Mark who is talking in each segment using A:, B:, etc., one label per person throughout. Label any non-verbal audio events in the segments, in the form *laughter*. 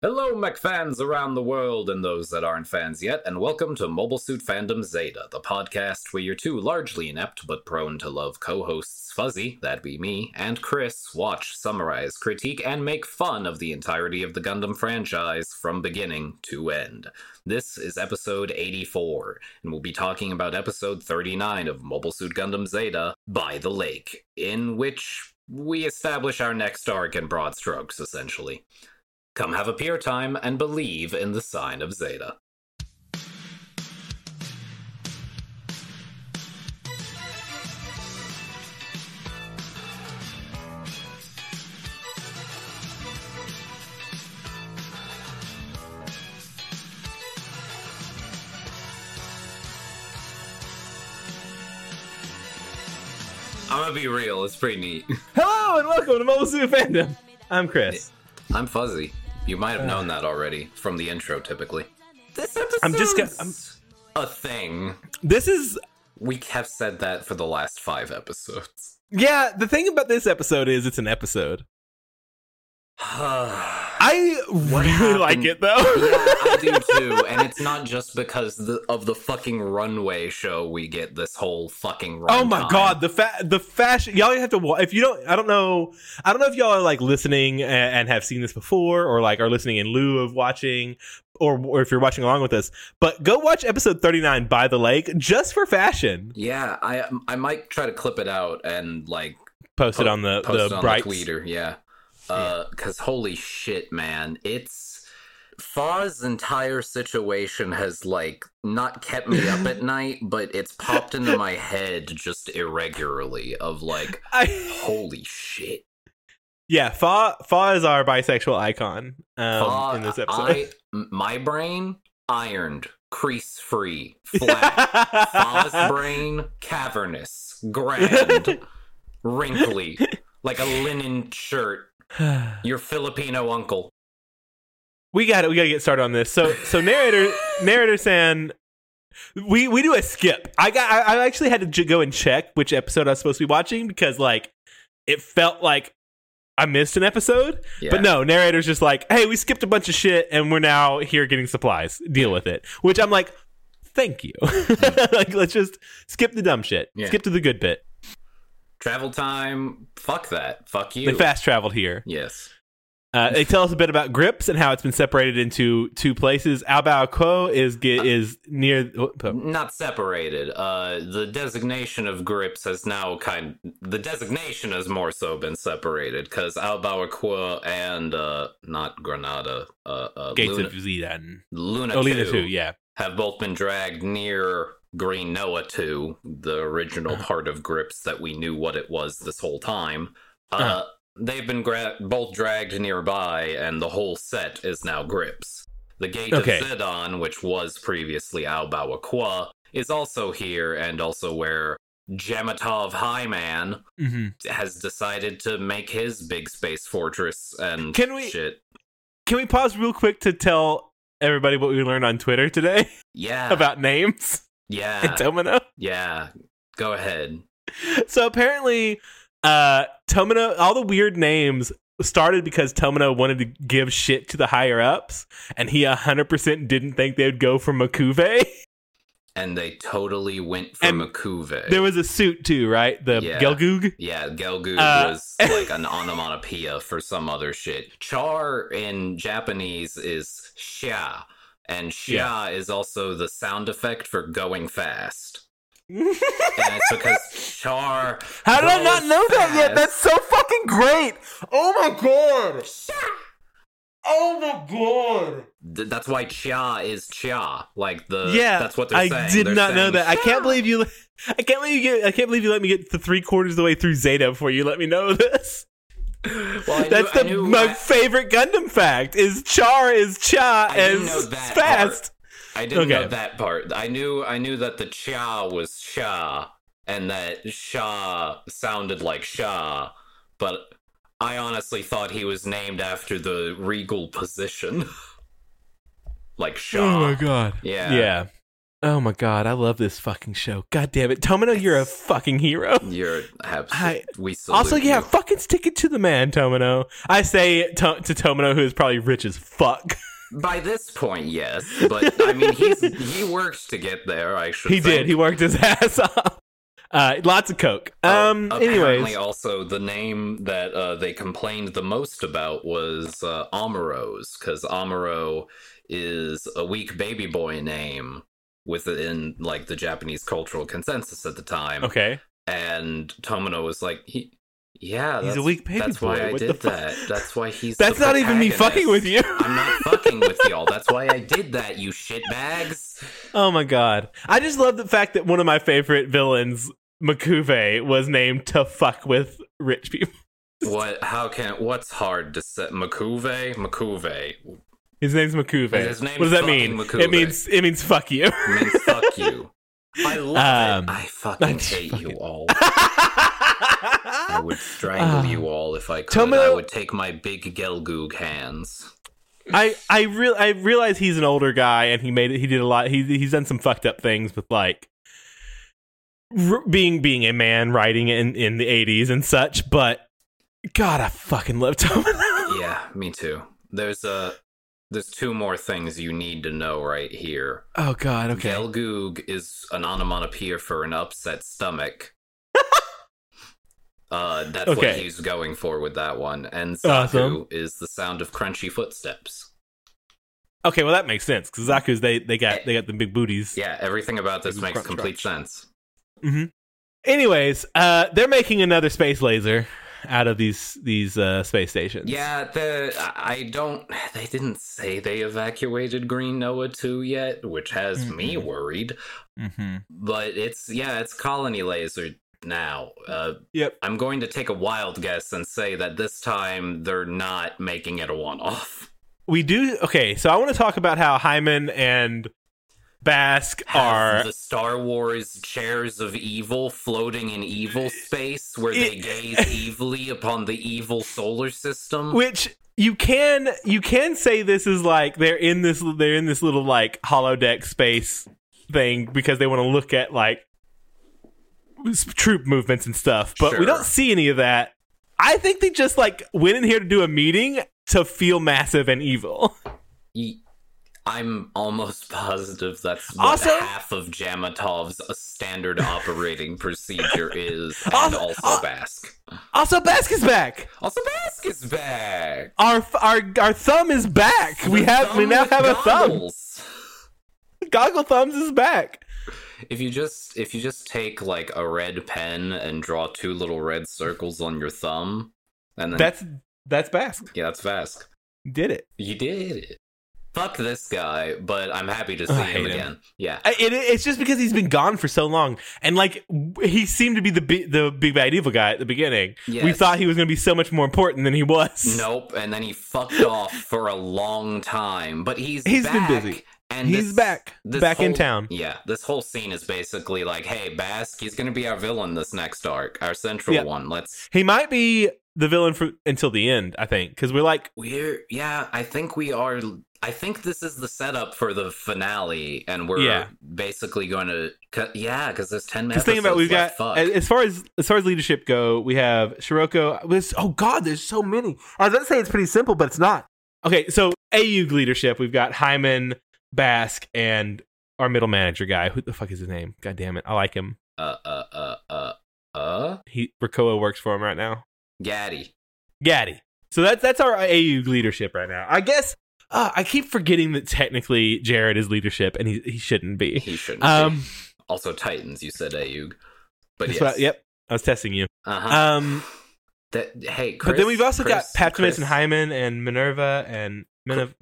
A: Hello, mech fans around the world and those that aren't fans yet, and welcome to Mobile Suit Fandom Zeta, the podcast where your two largely inept but prone to love co hosts Fuzzy, that'd be me, and Chris watch, summarize, critique, and make fun of the entirety of the Gundam franchise from beginning to end. This is episode 84, and we'll be talking about episode 39 of Mobile Suit Gundam Zeta by the lake, in which we establish our next arc in broad strokes, essentially. Come have a peer time and believe in the sign of Zeta. I'm gonna be real, it's pretty neat. *laughs*
B: Hello and welcome to Mobile Suit Fandom. I'm Chris.
A: I'm fuzzy. You might
B: Uh.
A: have known that already from the intro, typically. This episode's
B: I'm just ga- I'm-
A: a thing.
B: This is
A: We have said that for the last five episodes. *sighs*
B: yeah. The thing about this episode is it's an episode.
A: I
B: I really
A: happened-
B: like
A: *laughs*
B: it
A: yeah,
B: though.
A: I do too, and it's not just because the, of the fucking runway show we get this whole fucking. Runtime.
B: *laughs* oh my god, the fa- the fashion y'all have to wa- if you don't I don't know I don't know if y'all are like listening a- and have seen this before or like are listening in lieu of watching or or if you're watching along with us. But go watch episode 39 by the lake just for fashion.
A: Yeah, I I might try to clip it out and like
B: Posted
A: Po-
B: on the
A: post it
B: the
A: on
B: bright
A: the tweeter. Yeah, because holy shit, man, it's Far's entire situation has like not kept me up
B: *laughs*
A: at night, but it's popped into my head just irregularly of like,
B: I,
A: holy shit.
B: *laughs* yeah, Fa Fa is our bisexual icon um,
A: Fa-
B: in this episode.
A: I, m- my brain ironed, crease
B: *laughs*
A: free, flat. Fa's brain cavernous, grand, wrinkly, like a linen shirt. Your Filipino uncle.
B: we got it. We got to get started on this. So,
A: *laughs*
B: so narrator, narrator San, we we do a skip. I got. I, I actually had to j- go and check which episode I was supposed to be watching because like it felt like I missed an episode.
A: Yeah.
B: But no, narrator's just like, hey, we skipped a bunch of shit and we're now here getting supplies. Deal with it. Which I'm like, thank you. *laughs* like, let's just skip the dumb shit.
A: Hmm. Yeah.
B: Skip to the good bit.
A: Travel time. Fuck that. Fuck you.
B: They fast traveled here.
A: yes.
B: Uh, they tell us a bit about grips and how it's been separated into two places. Albao Ko is
A: Uh,
B: ge- is near. oh, oh.
A: Not separated. Uh, the designation of grips has now kind. The designation has more so been separated because Albawakwa and uh, not Granada. Uh, uh,
B: Gates
A: Luna,
B: of Zidane.
A: Luna,
B: Olina
A: 2,
B: too. Yeah,
A: have both been dragged near Green Noah 2, the original
B: Uh-huh.
A: part of Grips that we knew what it was this whole time. Uh,
B: Uh-huh.
A: They've been gra- both dragged nearby, and the whole set is now Grips. The Gate
B: Okay.
A: of Zidon, which was previously Aobawa Kwa, is also here, and also where Gematov Highman
B: hmm
A: has decided to make his big space fortress and
B: Can we-
A: shit.
B: Can we pause real quick to tell everybody what we learned on Twitter today *laughs*
A: Yeah.
B: about names
A: yeah.
B: and Domino?
A: yeah. Go ahead.
B: so apparently uh tomino all the weird names started because tomino wanted to give shit to the higher ups and he 100% didn't think they would go for makuve *laughs*
A: and they totally went for
B: And
A: Makuve.
B: there was a suit too right the
A: Yeah.
B: gelgoog
A: yeah, Gelgoog
B: Uh, *laughs*
A: was like an onomatopoeia for some other shit. Char in Japanese is sha, and sha is also the sound effect for going
B: *laughs*
A: fast. And it's because char
B: how did i not
A: goes
B: know that yet
A: fast.
B: that's so fucking great oh my god oh my god
A: th- that's why cha is cha. Like the
B: yeah
A: Uh, that's what they're
B: i
A: saying.
B: did
A: They're
B: not know
A: saying,
B: that i
A: "Sha."
B: can't believe you i can't believe you i can't believe you let me get the three quarters of the way through zeta before you let me know this
A: Well, I
B: That's
A: knew- I
B: the
A: knew
B: my
A: I-
B: favorite Gundam fact is Char is Cha
A: I didn't know
B: is
A: that
B: fast.
A: I didn't
B: Okay.
A: know that part. I knew I knew that the cha was sha and that sha sounded like sha, but I honestly thought he was named after the regal position. *laughs* like sha.
B: Oh god.
A: Yeah.
B: Yeah. Oh my god, I love this fucking show. God damn it, Tomino, you're a fucking hero.
A: You're absolutely.
B: I-
A: we salute
B: Also, yeah,
A: you.
B: fucking stick it to the man, Tomino. I say it to, to Tomino, who is probably rich as fuck.
A: By this point, yes, but I mean, he's he worked to get there.
B: *laughs*
A: I should.
B: He
A: think.
B: did. He worked his *laughs* ass off. Uh, lots of coke.
A: Oh,
B: Um.
A: apparently
B: Anyways,
A: also the name that uh, they complained the most about was uh, Amaro's, because Amaro is a weak baby boy name within like the Japanese cultural consensus at the time.
B: okay.
A: And Tomino was like, he, "Yeah,
B: He's a
A: that's-
B: weak baby
A: That's
B: boy.
A: why I
B: What the
A: did
B: fuck?
A: that. That's why he's. the
B: That's not even me
A: protagonist.
B: fucking with you.
A: *laughs* I'm
B: *laughs*
A: not fucking with y'all. That's why I did that. You shitbags.
B: Oh my god. I just love the fact that one of my favorite villains, Makuve, was named to fuck with rich people.
A: What? How can? What's hard to say? Makuve, Makuve.
B: His name's Makuve.
A: And his name's
B: what does that
A: fucking
B: mean?
A: Makuve.
B: It means it means fuck you.
A: I mean, fuck you. *laughs* I love
B: Um, *laughs*
A: it. I fucking
B: I just
A: hate you
B: fucking- *laughs*
A: all. I would strangle
B: Ah.
A: you all if I could.
B: Tomo-
A: I would take my big Gelgoog hands.
B: I I real I realize he's an older guy and he made it. He did a lot. He he's done some fucked up things with like r- being being a man writing in in the eighties and such. But God, I fucking love Tomino.
A: *laughs* Yeah, me too. There's Uh, there's two more things you need to know right here.
B: Oh God, okay.
A: Gelgoog is an onomatopoeia for an upset
B: *laughs*
A: stomach. uh, that's what
B: Okay.
A: he's going for with that one. And Zaku
B: Awesome.
A: is the sound of crunchy footsteps.
B: Okay, well that makes sense because Zaku's they they got they got the big booties.
A: Yeah, everything about this
B: Ooh,
A: makes
B: crunch,
A: complete sense.
B: Anyways, uh, they're making another space laser out of these these uh, space stations.
A: Yeah, the I I don't. They didn't say they evacuated Green Noah two yet, which has me
B: Mm-mm.
A: worried.
B: Mm-hmm.
A: But it's yeah, it's colony laser now. Uh,
B: Yep.
A: I'm going to take a wild guess and say that this time they're not making it a one off.
B: We do okay. So I want to talk about how Hyman and Basque are
A: the Star Wars chairs of evil floating in evil space where they gaze evilly upon the evil solar system?
B: which you can you can say this is like they're in this they're in this little like holodeck space thing because they want to look at like s- troop movements and stuff but we
A: Sure.
B: don't see any of that i think they just like went in here to do a meeting to feel massive and evil
A: Ye- I'm almost *laughs* positive that's what
B: Also-
A: half of Jamatov's
B: *laughs*
A: standard operating procedure is, and
B: Also-
A: also,
B: al-
A: Basque.
B: also Basque is back
A: Also, Basque is back.
B: our f- our our thumb is back Uh, we have we now have a thumb goggle thumbs is back
A: thumb. If you just if you just take like a red pen and draw two little red circles on your thumb, and then
B: that's that's Basque
A: yeah, that's Basque.
B: did it
A: You did it. Fuck this guy, but I'm happy to see
B: Ugh, Oh, I
A: him
B: hate him.
A: again. Yeah.
B: I- It, it's just because he's been gone for so long, and like w- he seemed to be the bi- the big bad evil guy at the beginning. We
A: Yes.
B: thought he was going to be so much more important than he was.
A: Nope, and then he
B: *laughs*
A: fucked off for a long time, but he's
B: He's been
A: back,
B: busy.
A: And
B: *laughs* he's
A: this-
B: back,
A: this
B: back in
A: whole-
B: town.
A: Yeah, this whole scene is basically like, hey, Basque, he's gonna be our villain this next arc, our central
B: Yeah.
A: one. Let's
B: He might be the villain for until the end, I think, because we're like,
A: we're yeah, I think we are. I think this is the setup for the finale, and we're
B: Yeah.
A: basically going to cut. Yeah, because there's ten
B: because
A: minutes.
B: think about we've got
A: fuck.
B: a- as far as as far as leadership go, we have Shiroko. There's, oh God, there's so many. I was going to say it's pretty simple, but it's not. Okay, so AUG leadership, we've got Hyman, Basque, and our middle manager guy. Who the fuck is his name? God damn it, I like him.
A: uh, uh, uh, uh, uh,
B: he Rakoa works for him right now.
A: Gaddy.
B: Gaddy. So that's that's our AU leadership right now. I guess uh, I keep forgetting that technically Jared is leadership and he he shouldn't *laughs* be.
A: He shouldn't. be.
B: Um,
A: Also, Titans. You said Ayug, but
B: that's
A: yes.
B: what I- yep, I was testing you.
A: Uh-huh.
B: Um,
A: That, hey, Chris,
B: but then we've also
A: Chris,
B: got Paptimus
A: Chris,
B: and Hyman and Minerva and Minerva.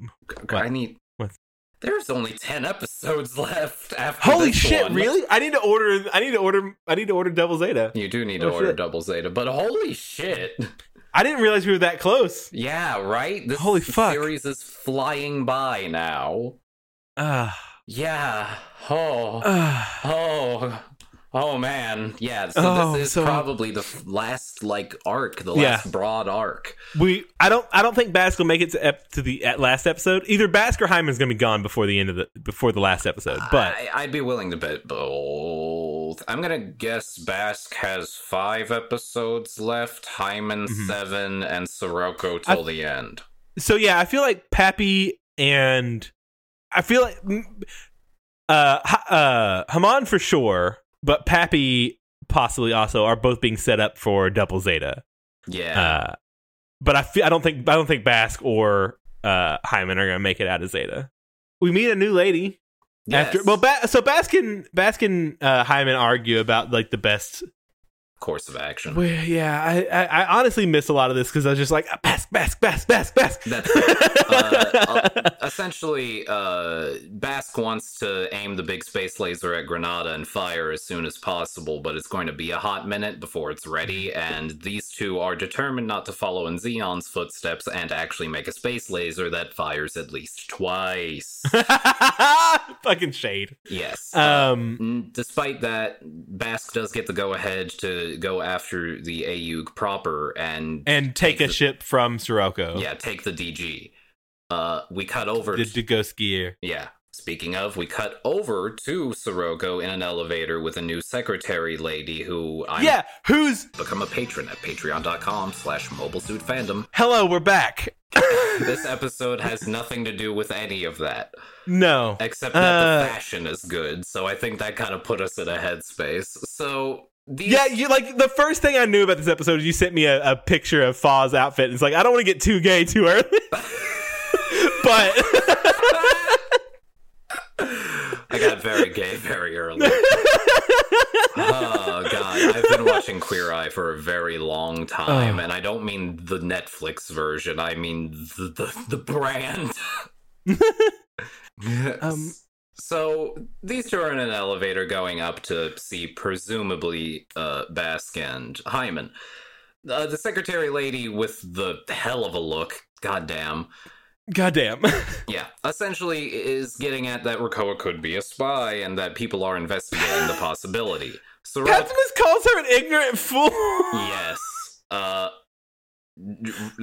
A: I need.
B: What?
A: There's only ten episodes left. After
B: Holy
A: this
B: shit!
A: one.
B: Really? I need to order. I need to order. I need to order Double Zeta.
A: You do need to
B: Oh,
A: order
B: shit.
A: double Zeta, but holy shit!
B: I didn't realize we were that close.
A: Yeah, right. This
B: Holy fuck.
A: series is flying by now.
B: Uh,
A: Yeah. Oh.
B: uh,
A: Oh. Oh man, yeah. So
B: Oh,
A: this is
B: so-
A: probably the f- last like arc, the
B: Yeah.
A: last broad arc.
B: We I don't I don't think Bask will make it to, ep- to the at last episode. Either Bask or Hyman's gonna be gone before the end of the before the last episode. But
A: I, I'd be willing to bet both. I'm gonna guess Basque has five episodes left, Hyman
B: Mhm.
A: seven, and Sirocco till the end.
B: so yeah, I feel like Pappy and I feel like mm, uh Ha- uh Haman for sure, but Pappy possibly also are both being set up for double Zeta.
A: Yeah,
B: Uh, but I feel, I don't think I don't think Bask or uh, Hyman are gonna make it out of Zeta. We meet a new lady
A: Yes,
B: after. Well, ba- so Baskin Baskin uh, Hyman argue about like the best.
A: course of action.
B: Well, yeah, I, I I honestly missed a lot of this because I was just like "Ah, Bask Bask Bask Bask
A: *laughs*
B: Bask. *laughs*
A: That's Uh, essentially, uh, Basque wants to aim the big space laser at Granada and fire as soon as possible, but it's going to be a hot minute before it's ready. And these two are determined not to follow in Xeon's footsteps and actually make a space laser that fires at least twice.
B: *laughs* Fucking shade.
A: yes.
B: Um.
A: Mm, Despite that, Basque does get the go ahead to go after the AUG proper and,
B: And take a ship from Sirocco.
A: yeah, take the DG. Uh, we cut over
B: To, to go skier.
A: Yeah. Speaking of, we cut over to Sirocco in an elevator with a new secretary lady who I'm
B: Yeah. Who's
A: become a patron at patreon.com slash mobilesuitfandom.
B: hello? We're
A: *laughs*
B: back.
A: This episode has nothing to do with any of that.
B: No.
A: Except that
B: Uh.
A: the fashion is good, so I think that kind of put us in a headspace. So these
B: Yeah, you like the first thing I knew about this episode is you sent me a, a picture of Faw's outfit. And it's like I don't want to get too gay too early,
A: *laughs*
B: but *laughs*
A: *laughs* I got very gay very early. oh god, I've been watching Queer Eye for a very long time, and I don't mean the Netflix version. I mean the the, the brand.
B: Um,
A: So these two are in an elevator going up to see presumably uh, Basque and Hyman. Uh, the secretary lady with the hell of a look, goddamn,
B: goddamn,
A: yeah, essentially is getting at that Rakoa could be a spy and that people are investigating
B: *laughs*
A: the possibility. So
B: Patmos calls her an ignorant fool.
A: Yes. Uh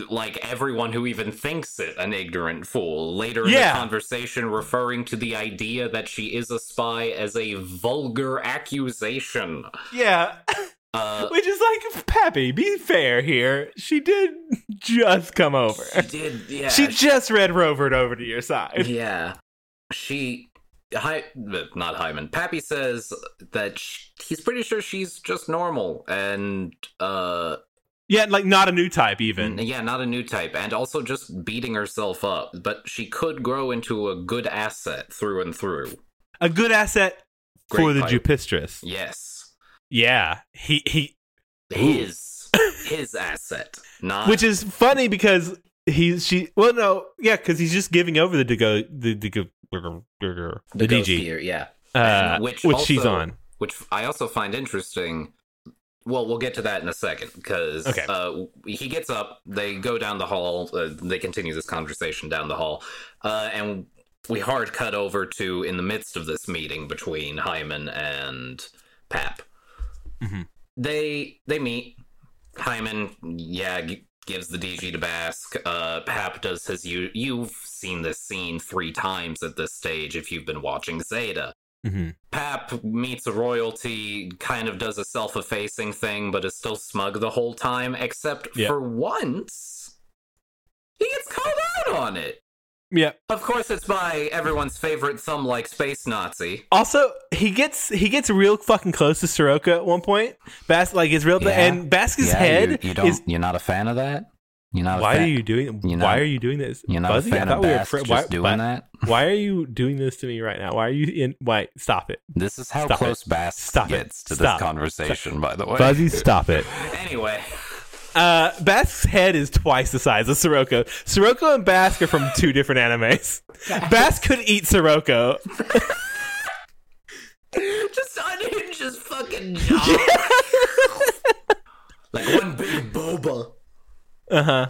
A: like everyone who even thinks it an ignorant fool later in
B: Yeah.
A: the conversation referring to the idea that she is a spy as a vulgar accusation
B: *laughs* Yeah,
A: uh
B: which is like Pappy. Be fair here. She did just come over.
A: she did yeah
B: She
A: she-
B: just read Rovered over to your side.
A: yeah she Hy- not Hyman. Pappy says that sh he's pretty sure she's just normal and uh
B: Yeah, like not a new type even.
A: Yeah, not a new type, and also just beating herself up. But she could grow into a good asset through and through.
B: A good asset for
A: Great
B: the
A: pipe.
B: Jupistris.
A: Yes,
B: Yeah, he he
A: his his asset, not
B: which is funny because he's she well no yeah because he's just giving over the go the the, the, the,
A: the ghost
B: DG
A: here, Yeah,
B: uh,
A: And
B: which,
A: which
B: she's
A: also-
B: on.
A: which I also find interesting. Well, we'll get to that in a second because
B: Okay.
A: uh, he gets up. They go down the hall. Uh, they continue this conversation down the hall, uh, and we hard cut over to in the midst of this meeting between Hyman and Pap.
B: Mhm.
A: They they meet. Hyman, yeah, g- gives the DG to Basque. Uh, Pap does his. You you've seen this scene three times at this stage if you've been watching Zeta.
B: hmm
A: Pap meets a royalty, kind of does a self effacing thing, but is still smug the whole time, except
B: Yeah.
A: for once, he gets called out on it.
B: Yeah.
A: Of course, it's by everyone's favorite thumb like space Nazi.
B: Also, he gets he gets real fucking close to Soroka at one point. Bas like is real
A: Yeah.
B: and Basque's head is.
A: you're not a fan of that? You're not
B: Why are you doing?
A: You're not-
B: why are you doing this? Fuzzy, I thought we were fri- why, why,
A: that?
B: why are you doing this to me right now? Why are you in? Why
A: *laughs*
B: stop it,
A: This is how
B: Stop close
A: Bass
B: Stop it. gets to this Stop.
A: conversation, by the way.
B: Fuzzy? Stop it.
A: Anyway,
B: Uh, Basque's head is twice the size of Sirocco. Sirocco and Basque are from two different animes. Basque could eat Sirocco.
A: *laughs* just unhinge his fucking jaw. like one big boba.
B: Uh huh.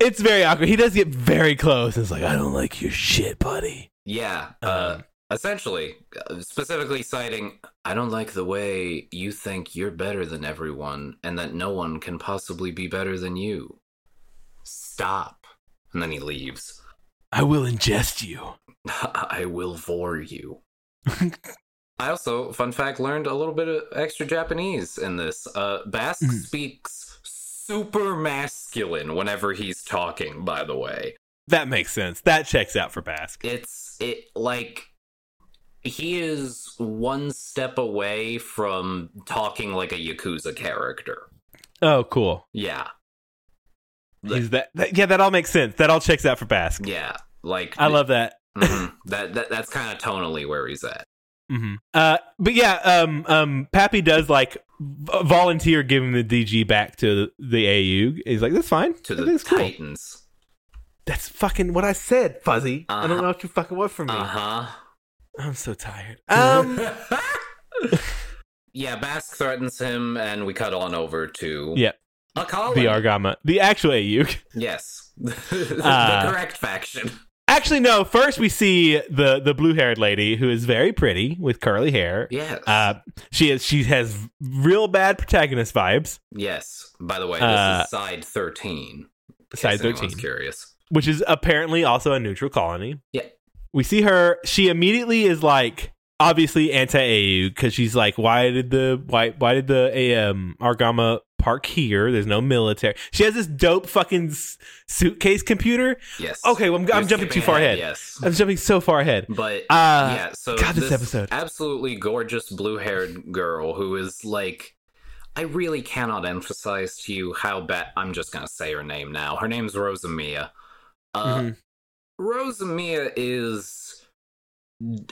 B: It's very awkward. He does get very close. It's like, I don't like your shit, buddy.
A: Yeah. Uh,
B: Um,
A: Essentially, uh, specifically citing, I don't like the way you think you're better than everyone and that no one can possibly be better than you. Stop. And then he leaves. *laughs*
B: I will ingest you. *laughs*
A: I will vor you. I also, fun fact, learned a little bit of extra Japanese in this. Uh, Basque
B: Mhm.
A: speaks super masculine whenever he's talking, by the way.
B: That makes sense. That checks out for Basque.
A: It's it like he is one step away from talking like a Yakuza character.
B: Oh, cool.
A: Yeah.
B: He's that, that- yeah, that all makes sense. That all checks out for Basque.
A: Yeah. Like
B: I love that.
A: Mhm. that, that that's kind of tonally where he's at.
B: hmm Uh, but yeah, um, um, Pappy does like v- volunteer giving the DG back to the, AU. He's like, that's fine.
A: To
B: That
A: the
B: is cool.
A: Titans.
B: That's fucking what I said, Fuzzy. I
A: Uh-huh.
B: don't know what you fucking want from me.
A: Uh-huh.
B: I'm so *laughs* tired. Um,
A: *laughs* yeah, Basque threatens him, and we cut on over to
B: Yeah.
A: a colony.
B: the Argama, the actual AU.
A: yes, *laughs* the
B: Uh,
A: correct faction.
B: Actually, no. First, we see the the blue haired lady who is very pretty with curly hair.
A: Yes,
B: Uh, she is she has real bad protagonist vibes.
A: yes. By the way, this
B: uh,
A: is side thirteen. in case
B: Side
A: anyone's
B: thirteen,
A: Curious.
B: which is apparently also a neutral colony.
A: Yeah.
B: we see her. She immediately is like obviously anti AU because she's like, why did the why why did the um Argama park here? There's no military. She has this dope fucking s- suitcase computer.
A: Yes.
B: Okay, well, I'm, I'm
A: You're
B: jumping too
A: skipping
B: far ahead.
A: Yes,
B: I'm jumping so far ahead.
A: but
B: Uh,
A: yeah. So
B: God, this episode.
A: absolutely gorgeous blue-haired girl who is like. I really cannot emphasize to you how bad. I'm just gonna say her name now. Her name's Rosamia. Uh,
B: Mhm.
A: Rosamia is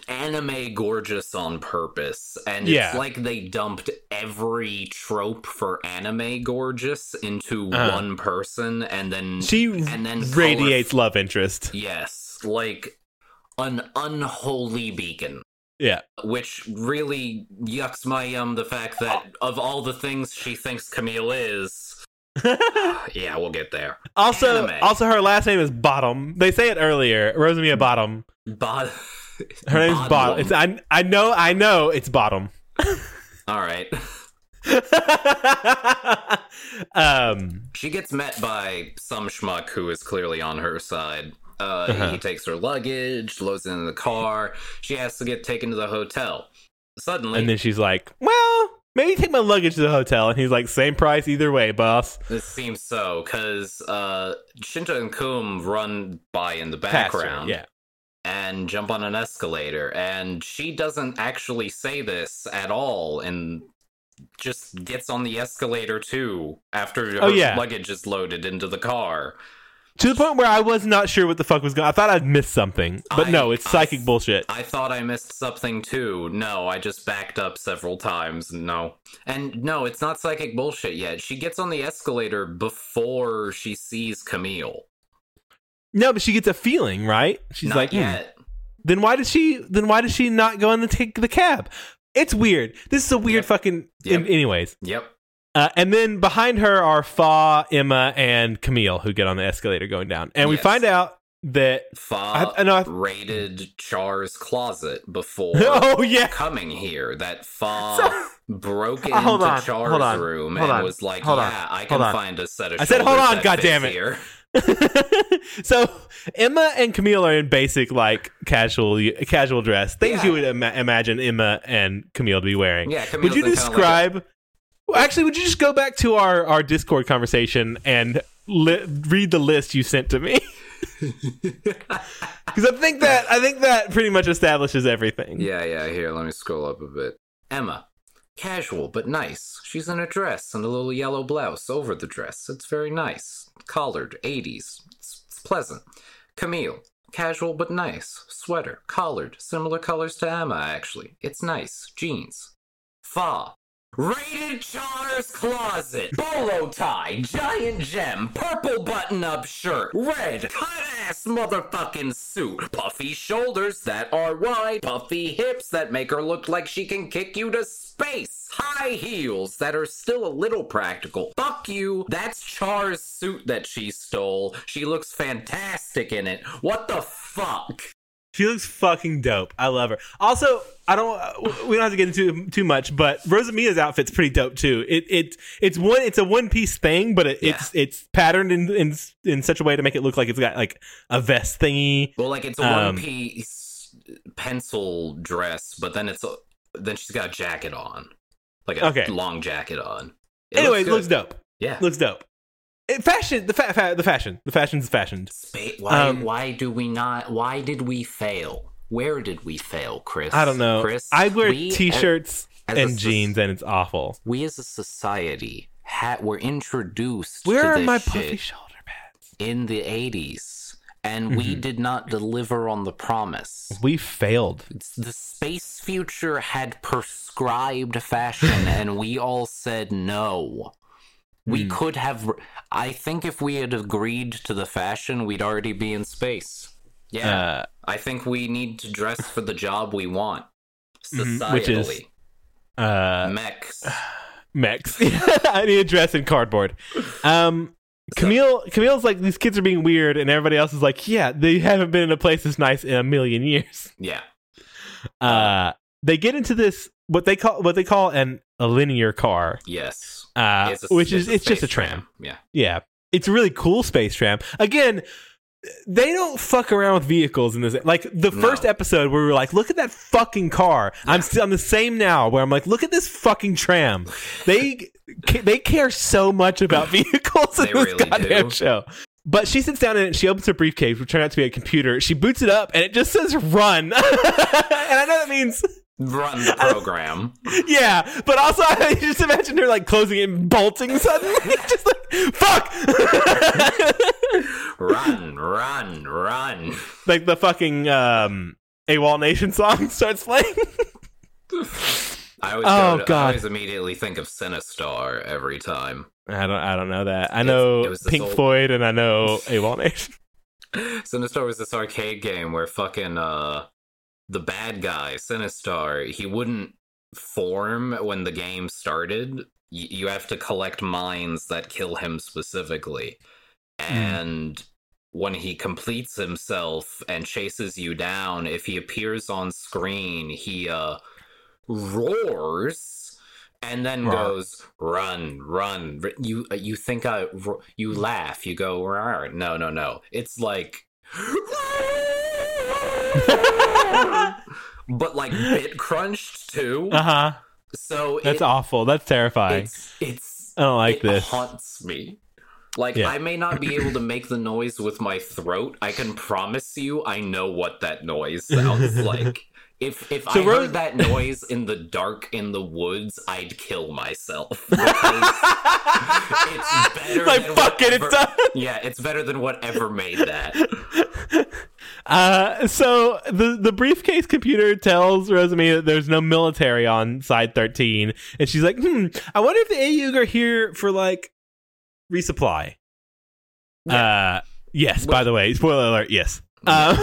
A: anime gorgeous on purpose and
B: Yeah.
A: it's like they dumped every trope for anime gorgeous into
B: Uh-huh.
A: one person and then
B: She
A: and then
B: radiates
A: color-
B: love interest.
A: yes like an unholy beacon
B: Yeah. *laughs*
A: which really yucks my yum the fact that of all the things she thinks Camille is yeah we'll get there
B: also,
A: Anime.
B: also her last name is Bottom. They say it earlier. Rosamia Bottom.
A: but
B: Her name's Bottom. It's I I know I know it's Bottom. *laughs*
A: all right
B: um
A: She gets met by some schmuck who is clearly on her side. Uh,
B: Uh-huh.
A: He takes her luggage, loads it in the car. She has to get taken to the hotel. Suddenly,
B: and then she's like, "Well, maybe take my luggage to the hotel." And he's like, "Same price either way, boss."
A: this seems so because uh, Shinta and Kum run by in the background
B: Yeah.
A: and jump on an escalator. And she doesn't actually say this at all and just gets on the escalator too after her
B: Oh, yeah.
A: luggage is loaded into the car.
B: To the point where I was not sure what the fuck was going. I thought I'd missed something, but
A: I-
B: no, it's psychic
A: I-
B: bullshit.
A: I thought I missed something too. No, I just backed up several times. No. And no, it's not psychic bullshit yet. She gets on the escalator before she sees Camille.
B: No, but she gets a feeling, right? She's
A: not
B: like, "Hmm,
A: yet.
B: then why did she then why did she not go in the take the cab it's weird this is a weird
A: Yep.
B: fucking
A: Yep.
B: an- anyways
A: Yep.
B: uh, and then behind her are fa emma and camille who get on the escalator going down and we
A: Yes. Uh,
B: find out that
A: Fa
B: I- *laughs* I know I've-
A: raided Char's
B: *laughs*
A: closet before
B: oh yeah *laughs*
A: coming here. That
B: So-
A: Fa broke into
B: *laughs* Hold on,
A: Char's
B: hold on,
A: room
B: hold
A: and
B: on,
A: was like,
B: hold on,
A: yeah, I can
B: hold on.
A: find a set of
B: I said, hold
A: shoulders
B: on,
A: that
B: goddamn
A: fits
B: it.
A: here." *laughs*
B: so emma and camille are in basic like casual casual dress things you would ima- imagine emma and camille to be wearing
A: Yeah, Camille's
B: would you
A: in kinda like a-
B: describe well, actually would you just go back to our our discord conversation and li- read the list you sent to me *laughs*
A: *laughs*
B: because i think that i think that pretty much establishes everything
A: Yeah, yeah, here, let me scroll up a bit. Emma. Casual but nice. She's in a dress and a little yellow blouse over the dress. It's very nice. Collared, 80s. It's, it's pleasant. Camille. Casual but nice. Sweater, collared, similar colors to Emma, actually. It's nice. Jeans. Fa. Rated Char's Closet. Bolo tie. Giant gem. Purple button up shirt. Red. Cut ass motherfucking suit. Puffy shoulders that are wide. Puffy hips that make her look like she can kick you to space. High heels that are still a little practical. Fuck you. That's Char's suit that she stole. She looks fantastic in it. What the fuck?
B: She looks fucking dope. I love her. Also, I don't. We don't have to get into it too much, but Rosamia's outfit's pretty dope too. It it it's one. It's a one piece thing, but it,
A: Yeah.
B: it's it's patterned in, in in such a way to make it look like it's got like a vest thingy.
A: Well, like it's a
B: Um,
A: one piece pencil dress, but then it's a, then she's got a jacket on, like a
B: Okay.
A: long jacket on.
B: anyway,
A: good.
B: it looks dope.
A: yeah.
B: Looks dope. It, fashion. The fa- fa- the fashion. The fashion's fashioned.
A: Spa- why
B: Um,
A: why do we not? Why did we fail? Where did we fail, Chris?
B: I don't know.
A: Chris,
B: I wear
A: we a-
B: t-shirts
A: as a
B: and
A: soc-
B: jeans, and it's awful.
A: we as a society ha- were introduced.
B: Where
A: to
B: are
A: this
B: my
A: shit
B: puffy shoulder pads?
A: in the eighties, and we
B: Mm-hmm.
A: did not deliver on the promise.
B: We failed.
A: the space future had prescribed
B: *laughs*
A: fashion and we all said no we
B: Hmm.
A: could have i think if we had agreed to the fashion we'd already be in space yeah
B: Uh,
A: i think we need to dress for the job we want
B: *laughs*
A: societally
B: Mhm, which is- uh,
A: mechs *laughs*
B: Mex. *laughs* I need a dress in cardboard. Um, Camille, Camille's like these kids are being weird, and everybody else is like, yeah, they haven't been in a place this nice in a
A: *laughs*
B: million years.
A: yeah
B: Uh, they get into this what they call what they call an a linear car,
A: yes
B: uh,
A: It's a-
B: which is
A: a
B: it's just a
A: space
B: tram.
A: yeah
B: Yeah, it's a really cool space tram. Again. They don't fuck around with vehicles in this. Like the
A: No.
B: first episode where we were like, "Look at that fucking car." I'm still I'm the same now where I'm like, "Look at this fucking tram." They ca- they care so
A: *laughs*
B: much about vehicles in
A: They
B: this
A: really
B: goddamn
A: do.
B: show. But she sits down and she opens her briefcase, which turned out to be a computer. She boots it up and it just says "Run," *laughs* and I know that means
A: run the
B: *laughs*
A: program
B: yeah, but also *laughs* I just imagine her like closing it and bolting suddenly, *laughs* just like fuck,
A: run run run
B: *laughs* like the fucking um, AWOL Nation song *laughs* starts playing.
A: i always
B: Oh,
A: go to-
B: God.
A: i always immediately think of sinistar every time
B: I don't, I don't know that. I know
A: it was this
B: Pink
A: old-
B: Floyd and I know AWOL Nation. *laughs*
A: Sinistar was this arcade game where fucking uh the bad guy Sinistar he wouldn't form when the game started. Y- you have to collect mines that kill him specifically, and when he completes himself and chases you down, if he appears on screen, he uh roars and then
B: Roar.
A: goes run run r- you uh, you think i ro- you laugh you go "Roar." no no no it's like *gasps*
B: uh
A: but
B: *laughs*
A: like bit crunched too
B: huh.
A: so
B: Uh-huh. That's
A: it,
B: awful. That's terrifying.
A: it's it's
B: I don't like
A: it
B: this. *laughs*
A: haunts me like
B: Yeah.
A: i may not be
B: *laughs*
A: able to make the noise with my throat i can promise you i know what that noise
B: *laughs*
A: sounds like if if
B: So
A: i
B: Rose-
A: heard
B: *laughs*
A: that noise in the dark in the woods i'd kill
B: *laughs*
A: myself Because it's better
B: like
A: than
B: fuck it, it's
A: whatever-
B: done.
A: yeah it's better than whatever made that
B: *laughs* Uh, so the the briefcase computer tells Rosamie that there's no military on side 13, and she's like, "Hmm, I wonder if the AUG are here for like resupply." Uh, yes. by the way, spoiler alert. Yes. Um,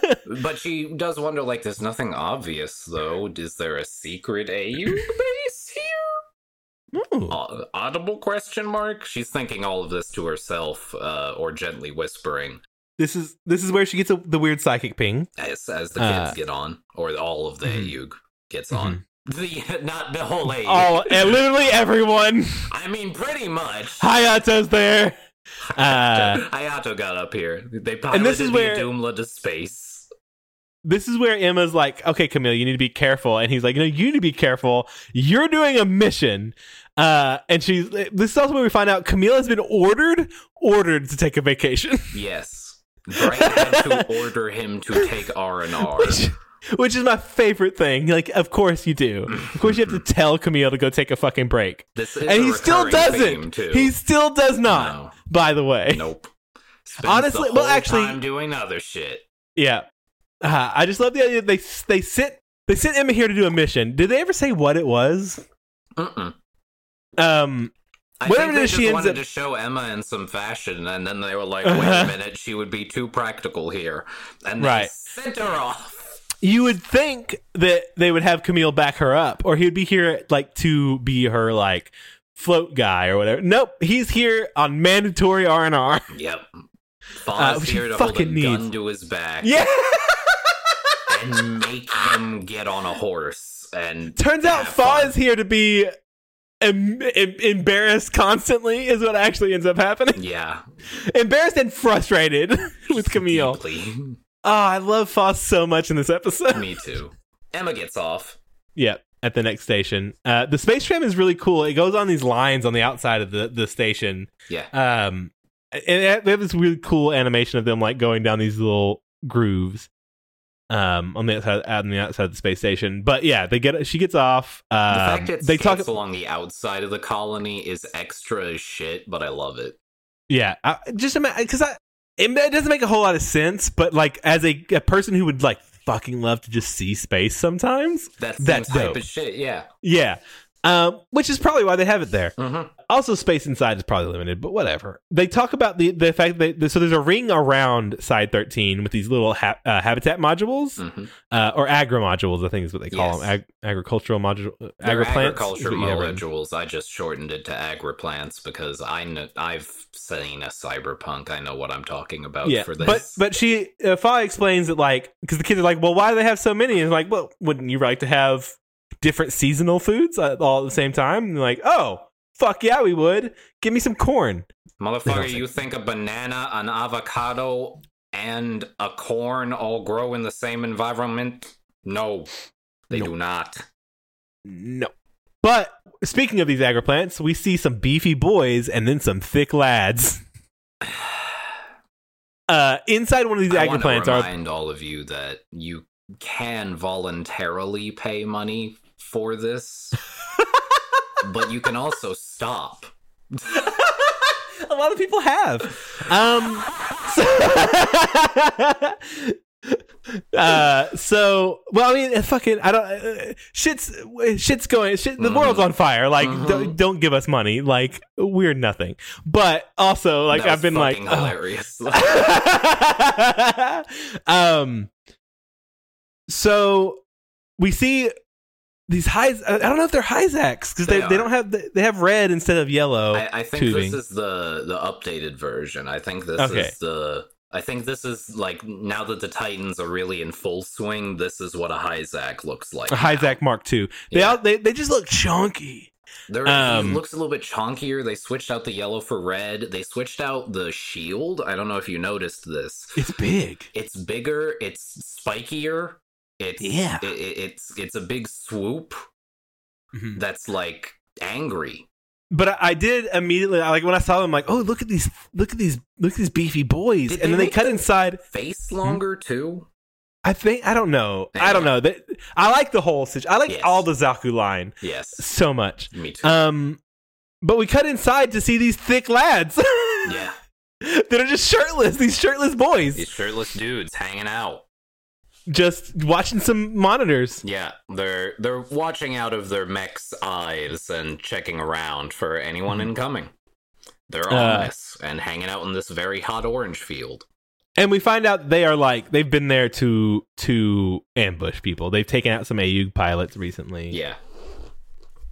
A: *laughs* But she does wonder, like, there's nothing obvious, though. Is there a secret AU base here?
B: ooh.
A: Uh, audible question mark? She's thinking all of this to herself, uh, or gently whispering
B: this is this is where she gets a, the weird psychic ping.
A: as as the kids
B: Uh,
A: get on, or all of the
B: mhm.
A: AU gets on. The *laughs* not the whole AU.
B: Oh, and literally everyone.
A: I mean, pretty much.
B: Hayato's there. Uh,
A: Hayato got up here. They piloted
B: and this is
A: the
B: where-
A: Doomla to space.
B: this is where Emma's like, okay, Camille, you need to be careful. And he's like, no, you need to be careful. You're doing a mission. Uh, and she's, this is also where we find out Camille has been ordered, ordered to take a vacation, *laughs*
A: Yes, Bright had to order him to take R and R.
B: *laughs* which, which is my favorite thing. Like, of course you do. Of course you have to tell Camille to go take a fucking break.
A: This is a
B: And he still
A: recurring theme,
B: doesn't.
A: too.
B: He still does not,
A: No.
B: by the *laughs* way.
A: Nope. Spends
B: Honestly-
A: the
B: well,
A: whole
B: actually-
A: time doing other shit.
B: Yeah. Uh, I just love the idea that they, they sit, they sent Emma here to do a mission. Did they ever say what it was?
A: Mm-mm.
B: Um,
A: I
B: Whatever
A: think they
B: it is
A: just
B: she ends
A: wanted
B: up-
A: to show Emma in some fashion, and then they were
B: *laughs*
A: like, "Wait
B: Uh-huh.
A: a minute, she would be too practical here," and they
B: Right.
A: sent her off.
B: you would think that they would have Camille back her up, or he would be here like to be her like float guy or whatever. Nope, he's here on mandatory R and R.
A: Yep. Fawn's
B: which he
A: here to hold a
B: Uh, fucking
A: gun
B: needs.
A: to his back.
B: Yeah,
A: and make him get on a horse and
B: *laughs* *laughs* Turns out
A: Have
B: Fa
A: fun.
B: is here to be em- em- embarrassed constantly, is what actually ends up happening. *laughs*
A: yeah,
B: embarrassed and frustrated *laughs* with Camille.
A: deeply. *laughs*
B: Oh, I love Foss so much in this episode. *laughs*
A: Me too. Emma gets off.
B: Yeah, at the next station. Uh, the space tram is really cool. It goes on these lines on the outside of the, the station.
A: Yeah.
B: Um, and they have this really cool animation of them like going down these little grooves. Um, on the outside, on the outside of the space station, but yeah, they get she gets off.
A: The
B: Um,
A: fact that they
B: they talk.
A: along the outside of the colony is extra as shit, but I love it.
B: Yeah, I, just because I it, it doesn't make a whole lot of sense, but like as a, a person who would like fucking love to just see space sometimes,
A: That's
B: That's
A: type
B: dope.
A: of shit. Yeah.
B: yeah. Um, which is probably why they have it there.
A: Mm-hmm.
B: Also, space inside is probably limited, but whatever. They talk about the the fact that so there's a ring around side thirteen with these little ha- uh, habitat modules
A: Mm-hmm.
B: uh, or agri modules, I think is what they call
A: Yes.
B: them. Ag- agricultural module, uh,
A: They're
B: agri plants.
A: agriculture modules. I just shortened it to agriplants because I kn- I've seen a cyberpunk. I know what I'm talking about
B: yeah,
A: for this.
B: but but she uh, Fa explains that like because the kids are like, well, why do they have so many? And like, well, wouldn't you like to have different seasonal foods at- all at the same time? And like, oh, fuck yeah, we would. Give me some corn. *laughs*
A: Motherfucker, you think a banana, an avocado, and a corn all grow in the same environment? No, they
B: No.
A: do not.
B: No. But speaking of these agri plants, we see some beefy boys and then some thick lads. *sighs* Uh, inside one of these
A: I
B: agri
A: want to
B: plants are
A: remind all of you that you can voluntarily pay money for
B: *laughs*
A: this, but you can also stop.
B: a lot of people have. Um, *laughs* so, uh, so well, I mean, fucking, I don't. Uh, shit's uh, shit's going. Shit, the
A: Mhm.
B: world's on fire. Like,
A: Mhm.
B: don't, don't give us money. Like, we're nothing. But also, like,
A: That was
B: I've been like, *laughs* oh,
A: fucking
B: "Ugh."
A: hilarious.
B: *laughs* um so we see these highs i I don't know if they're hyzacs because they,
A: They
B: they,
A: are.
B: don't have they have red instead of yellow
A: *laughs* I, I think
B: tubing.
A: this is the the updated version. I think this
B: Okay.
A: is the. I think this is like now that the Titans are really in full swing. This is what a Hyzak looks like.
B: a hyzac mark two they
A: Yeah.
B: all they, they just look chunky
A: There,
B: um,
A: he looks a little bit chonkier. They switched out the yellow for red. They switched out the shield. I don't know if you noticed this.
B: it's big
A: It's bigger. It's spikier. It's
B: Yeah.
A: i- i- it's it's a big swoop that's like angry.
B: but I, I did immediately I, like when i saw them like oh look at these look at these look at these beefy boys
A: Did
B: and
A: they
B: then they
A: make
B: cut
A: them-
B: inside
A: Face longer too.
B: i think i don't know i don't know They- i like the whole situation i like
A: Yes.
B: all the zaku line
A: Yes,
B: so much
A: me too.
B: Um, but we cut inside to see these thick lads *laughs*
A: yeah,
B: that are just shirtless. These shirtless boys
A: these shirtless dudes hanging out.
B: just watching some monitors.
A: Yeah, they're they're watching out of their mech's eyes and checking around for anyone incoming. They're
B: Uh,
A: on this and hanging out in this very hot orange field.
B: And we find out they are like they've been there to to ambush people. They've taken out some AU pilots recently.
A: Yeah,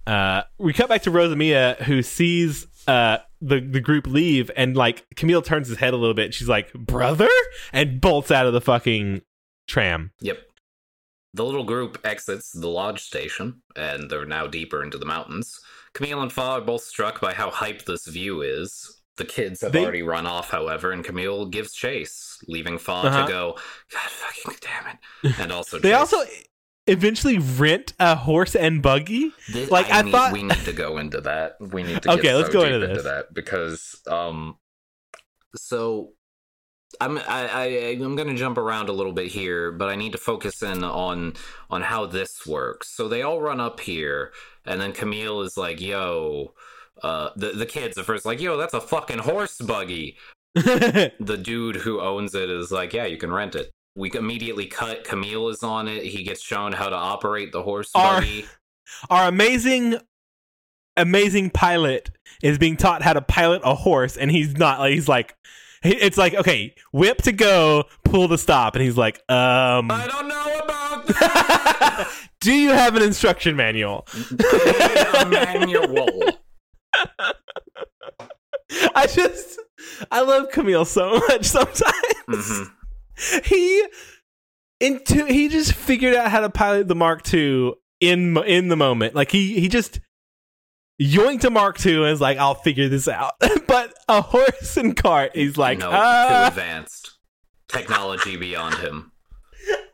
B: Uh, we cut back to Rosamia, who sees uh the the group leave, and like Camille turns his head a little bit. and She's like, "Brother," and bolts out of the fucking tram.
A: yep. The little group exits the lodge station, and they're now deeper into the mountains. Camille and Fa are both struck by how hype this view is. The kids have
B: They-
A: already run off, however, and Camille gives chase, leaving Fa
B: Uh-huh.
A: to go. God fucking damn
B: *laughs*
A: it! And also,
B: They
A: chase.
B: also eventually rent a horse and buggy. *laughs*
A: Thi-
B: Like, I
A: need,
B: thought-
A: we need to go into that. We need to.
B: *laughs* Okay,
A: get
B: let's
A: so
B: go
A: deep
B: into this.
A: that because um, so I'm I, I I'm gonna jump around a little bit here, but I need to focus in on on how this works. So they all run up here, and then Camille is like, "Yo." Uh, the the kids at first like yo that's a fucking horse buggy. The dude who owns it is like yeah you can rent it. We immediately cut. Camille is on it. He gets shown how to operate the horse
B: Our-
A: buggy.
B: our amazing amazing pilot is being taught how to pilot a horse and he's not like he's like he- it's like okay whip to go pull to stop and he's like um *laughs*
A: I don't know about that.
B: do you have an instruction manual
A: Create a manual.
B: i just
A: Mm-hmm.
B: i love camille so much sometimes
A: Mhm.
B: he into he just figured out how to pilot the Mark II in mo- in the moment. Like he he just yoinked a Mark II and is like, "I'll figure this out." *laughs* but a horse and cart, he's like,
A: no, too
B: "Ah."
A: advanced. Technology beyond him.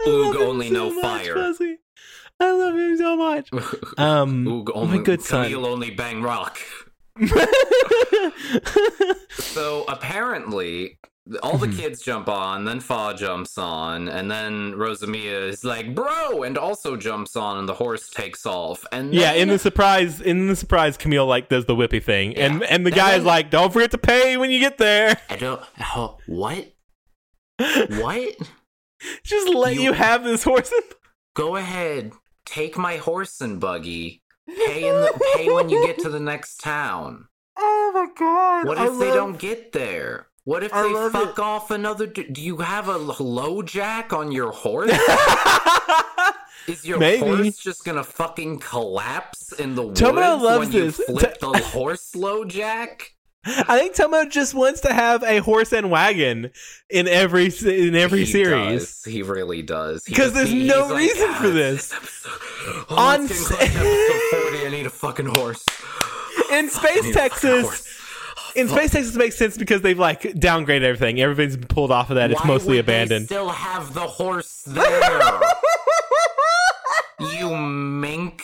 B: I love
A: Oog
B: him
A: only
B: so
A: no
B: much,
A: fire.
B: Fuzzy. I love him
A: *laughs*
B: so much. Um,
A: Oog
B: oh
A: only
B: my good son.
A: Camille only bang rock. So apparently, all the
B: Mhm.
A: kids jump on, then Fa jumps on, and then Rosamia is like, "Bro!" and also jumps on, and the horse takes off. And
B: *laughs* yeah,
A: then-
B: in the surprise, in the surprise, Camille like does the whippy thing, and
A: Yeah.
B: and the guy is
A: Then-
B: like, "Don't forget to pay when you get there." *laughs*
A: I don't. Oh, what? What?
B: Just let you,
A: You-
B: have this horse.
A: Go ahead, take my horse and buggy. Pay in
B: *laughs*
A: the pay when you get to the next town.
B: Oh my god!
A: What
B: I
A: if they
B: love- *laughs*
A: don't get there? What if
B: I
A: they
B: love
A: fuck
B: it.
A: off another? d- Do you have a l- low jack on your
B: *laughs*
A: horse? Is your
B: Maybe.
A: horse just gonna fucking collapse in the woods
B: Tomo loves
A: when you
B: this. *laughs*
A: flip the horse low jack?
B: I think Tomo just wants to have a horse and wagon in every se- in every
A: He
B: series.
A: does. he really does. He
B: 'Cause
A: just-
B: there's
A: he-
B: no
A: he's like,
B: reason
A: "Ah,
B: for
A: it's *laughs*
B: this."
A: episode- Oh,
B: On
A: it's getting
B: s-
A: close to
B: *laughs*
A: episode *laughs* forty. I need a fucking horse.
B: In
A: I need a
B: Space
A: fucking
B: Texas,
A: horse.
B: in Space Texas makes sense because they've like downgraded everything. Everything's been pulled off of that. It's
A: Why
B: mostly
A: would they
B: abandoned.
A: still have the horse there. you mink.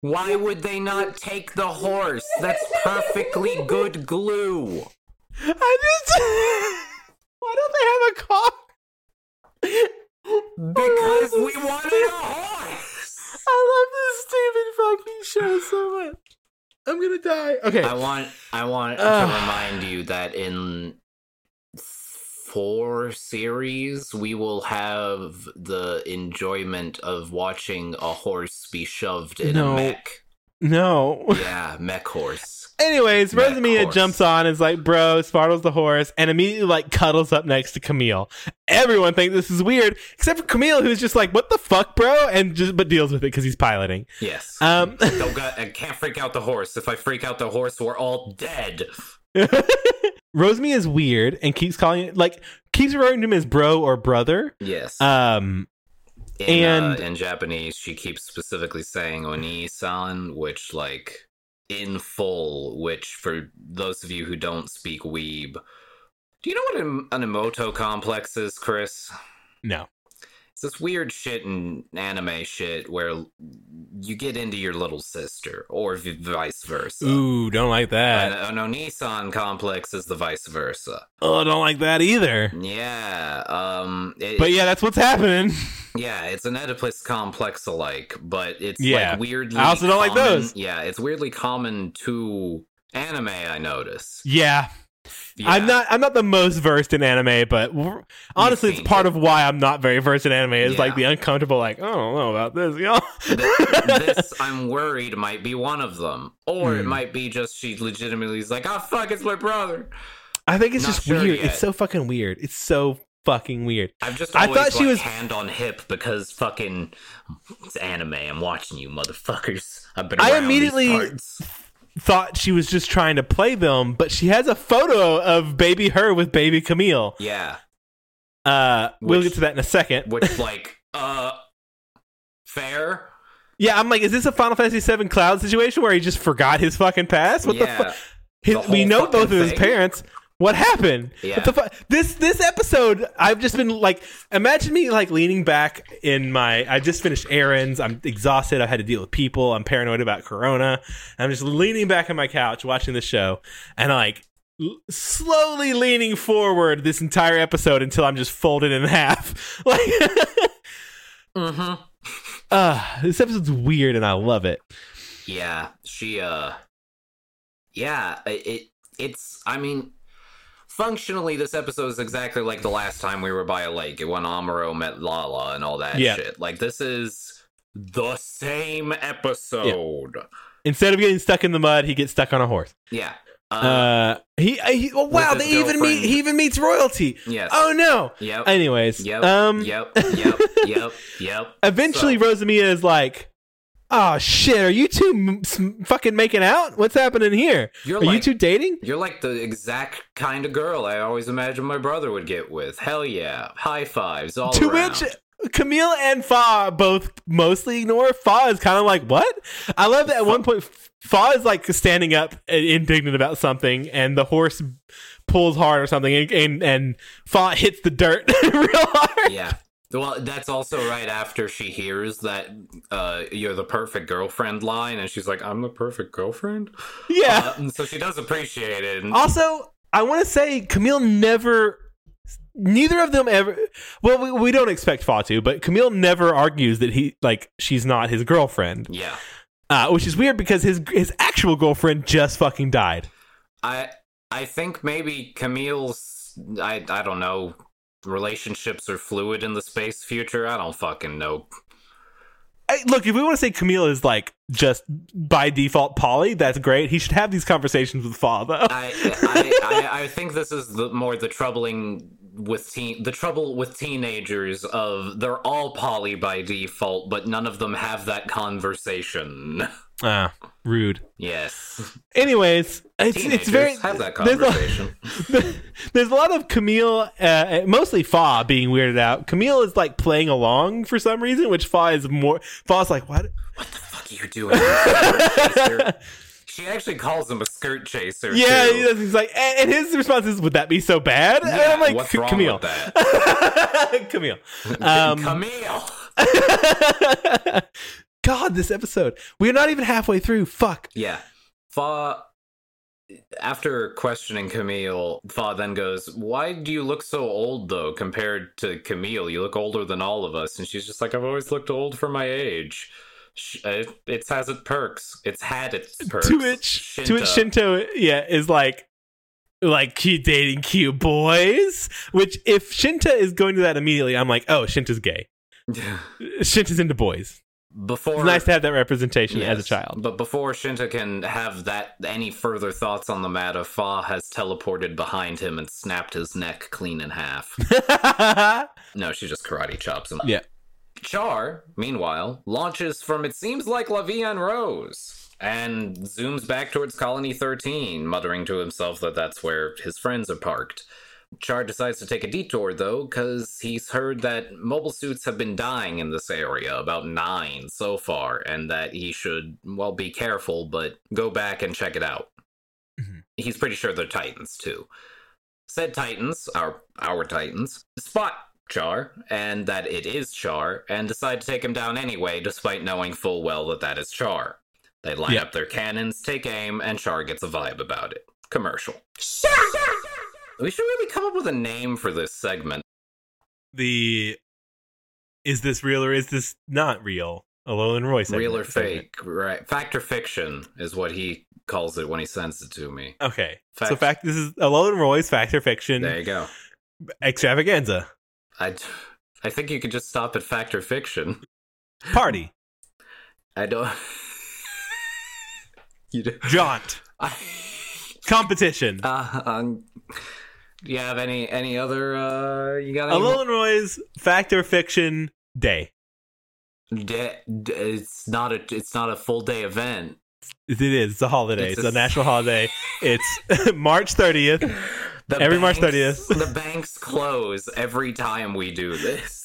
A: Why would they not take the horse? That's perfectly good glue.
B: *laughs* I just *laughs* why don't they have a car?
A: Because we wanted a horse.
B: I love this Stephen fucking show so much. I'm gonna die. Okay.
A: I want I want
B: Ugh.
A: to remind you that in four series we will have the enjoyment of watching a horse be shoved in
B: No.
A: a mech.
B: no. *laughs*
A: Yeah, mech horse.
B: Anyways,
A: That
B: Rosamia
A: horse.
B: jumps on, is like, bro, Spartle's the horse, and immediately like cuddles up next to Camille. Everyone thinks this is weird, except for Camille, who's just like, what the fuck, bro? And just but deals with it because he's piloting.
A: Yes.
B: Um *laughs*
A: Don't got, I can't freak out the horse. If I freak out the horse, we're all dead.
B: Rosamia is weird and keeps calling it like keeps referring to him as bro or brother.
A: Yes.
B: Um
A: in,
B: and-
A: uh, in Japanese, she keeps specifically saying "oni-san," which like in full. Which for those of you who don't speak weeb, do you know what an, an emoto complex is, Chris?
B: no.
A: It's this weird shit in anime shit where you get into your little sister, or v- vice versa.
B: Ooh, don't like
A: An,
B: that.
A: an oni-san complex is the vice versa.
B: Oh, don't like that either.
A: Yeah. Um. it-
B: But yeah, that's what's happening. *laughs*
A: Yeah, it's an Oedipus complex alike, but it's
B: Yeah.
A: like weirdly.
B: I also don't like
A: common-
B: those.
A: Yeah, it's weirdly common to anime. I notice.
B: Yeah, I'm not. I'm not the most versed in anime, but w- honestly, it's
A: seen
B: part
A: it.
B: of why I'm not very versed in anime. Is like
A: Yeah.
B: the uncomfortable, like I don't know about this, y'all. *laughs*
A: Th- this I'm worried might be one of them, or it
B: Hmm.
A: might be just she legitimately is like, "Oh fuck, it's my brother."
B: I think it's
A: Not
B: just
A: sure
B: weird.
A: yet.
B: It's so fucking weird. It's so fucking weird.
A: I've just
B: I
A: always,
B: thought she
A: like,
B: was-
A: hand on hip because fucking it's anime. I'm watching you, motherfuckers. I've been.
B: I
A: around these
B: immediately-
A: parts.
B: Thought she was just trying to play them, but she has a photo of baby her with baby Camille.
A: Yeah,
B: Uh, we'll
A: Which-
B: get to that in a second.
A: which like, uh, fair.
B: Yeah, I'm like, is this a Final Fantasy VII Cloud situation where he just forgot his fucking pass? What the
A: yeah.
B: fuck? His,
A: The whole
B: we know both of
A: fucking
B: his
A: thing?
B: parents. What happened?
A: Yeah.
B: What the fu- this this episode, I've just been like, imagine me like leaning back in my. I just finished errands. I'm exhausted. I've had to deal with people. I'm paranoid about Corona. I'm just leaning back on my couch watching the show, and like l- slowly leaning forward this entire episode until I'm just folded in *laughs* half. Like,
A: Mm-hmm.
B: uh, this episode's weird, and I love it.
A: Yeah, she uh Yeah, i- it it's I mean functionally this episode is exactly like the last time we were by a lake when Amuro met Lala and all that
B: Yeah.
A: shit. Like this is the same episode.
B: Instead of getting stuck in the mud, he gets stuck on a horse.
A: Yeah. Uh,
B: Uh, he, I- he oh, wow,
A: his
B: they even meet.
A: girlfriend.
B: He even meets royalty.
A: yes.
B: Oh no.
A: yep.
B: Anyways,
A: yep.
B: um, *laughs*
A: yep. Yep. yep. Yep.
B: eventually Rosamia is like, oh shit, are you two m- s- fucking making out? What's happening here?
A: You're
B: are you
A: like-
B: two dating?
A: You're like the exact kind of girl I always imagined my brother would get with. Hell yeah. High fives all
B: to
A: around.
B: which Camille and Fa both mostly ignore. Fa is kind of like, what? I love that at one point, Fa is like standing up and indignant about something, and the horse pulls hard or something, and, and, and Fa hits the dirt *laughs* real hard.
A: yeah. Well, that's also right after she hears that uh, you're the perfect girlfriend line, and she's like, I'm the perfect girlfriend?
B: Yeah.
A: Uh, and so she does appreciate it. And
B: Also, I want to say Camille never. Neither of them ever. Well, we, we don't expect Fa to, but Camille never argues that he like she's not his girlfriend,
A: yeah.
B: uh, which is weird because his his actual girlfriend just fucking died.
A: I I think maybe Camille's I I don't know relationships are fluid in the space future. I don't fucking know.
B: I, look, if we want to say Camille is like just by default Polly, that's great. He should have these conversations with Fa though. *laughs*
A: I I, I, I think this is the more the troubling with teen the trouble with teenagers of they're all poly by default, but none of them have that conversation.
B: Ah, rude.
A: Yes,
B: Anyways, *laughs* it's
A: teenagers
B: it's very
A: have that
B: there's a-
A: conversation.
B: *laughs* there's a lot of Camille, uh, mostly Fa being weirded out. Camille is like playing along for some reason, which Fa is more. Fa's
A: *laughs*
B: like, what?
A: what the fuck are you doing? skirt
B: *laughs*
A: chaser?" she actually calls him a skirt chaser.
B: Yeah,
A: too.
B: he does- he's like, and and his response is, would that be so bad? And
A: Yeah,
B: I'm like,
A: what's
B: "C-
A: wrong
B: Camille.
A: with that?
B: *laughs* Camille.
A: *laughs*
B: Um,
A: Camille.
B: God, this episode. We're not even halfway through. Fuck.
A: Yeah. Fa after questioning Camille, Fa then goes, Why do you look so old though compared to Camille? You look older than all of us. And she's just like, I've always looked old for my age. Sh- It, it has its perks. It's had its perks.
B: To which, to which
A: Shinta.
B: Shinto, yeah, is like, like cute dating cute boys. Which, if Shinta is going to that immediately, I'm like, oh, Shinta's gay. Shinta's into boys.
A: *laughs* before
B: It's nice to have that representation as a
A: Yes. *laughs*
B: child.
A: But before Shinta can have that any further thoughts on the matter, Fa has teleported behind him and snapped his neck clean in half. No, she just karate chops him.
B: Yeah.
A: Char, meanwhile, launches from it seems like La Vie en Rose and zooms back towards Colony 13, muttering to himself that that's where his friends are parked. Char decides to take a detour, though, because he's heard that mobile suits have been dying in this area, about nine so far, and that he should, well, be careful, but go back and check it out.
B: Mhm.
A: He's pretty sure they're Titans, too. Said Titans, our our Titans, spot Char and that it is Char, and decide to take him down anyway, despite knowing full well that that is Char. They line
B: Yeah.
A: up their cannons, take aim, and Char gets a vibe about it. Commercial. We should really come up with a name for this segment.
B: the is this real or is this not real? Alolan Roy segment.
A: Real or
B: segment.
A: fake, right? Fact or fiction is what he calls it when he sends it to me.
B: Okay.
A: Fact.
B: So fact this is Alolan Roy's fact or fiction
A: There you go.
B: extravaganza.
A: I, I think you could just stop at fact or fiction. *laughs*
B: Party.
A: I don't. you do.
B: Jaunt.
A: *laughs* I.
B: Competition.
A: Uh, um, do you have any any other? Uh, you got any?
B: Alolan Roy's fact or fiction day.
A: Da- da- it's not a it's not a full day event.
B: It is. It's a holiday.
A: It's
B: It's,
A: a-
B: a
A: *laughs*
B: national holiday. It's *laughs* March 30th.
A: The
B: Every March
A: banks- *laughs*
B: 30th.
A: the banks close every time we do this.
B: *laughs*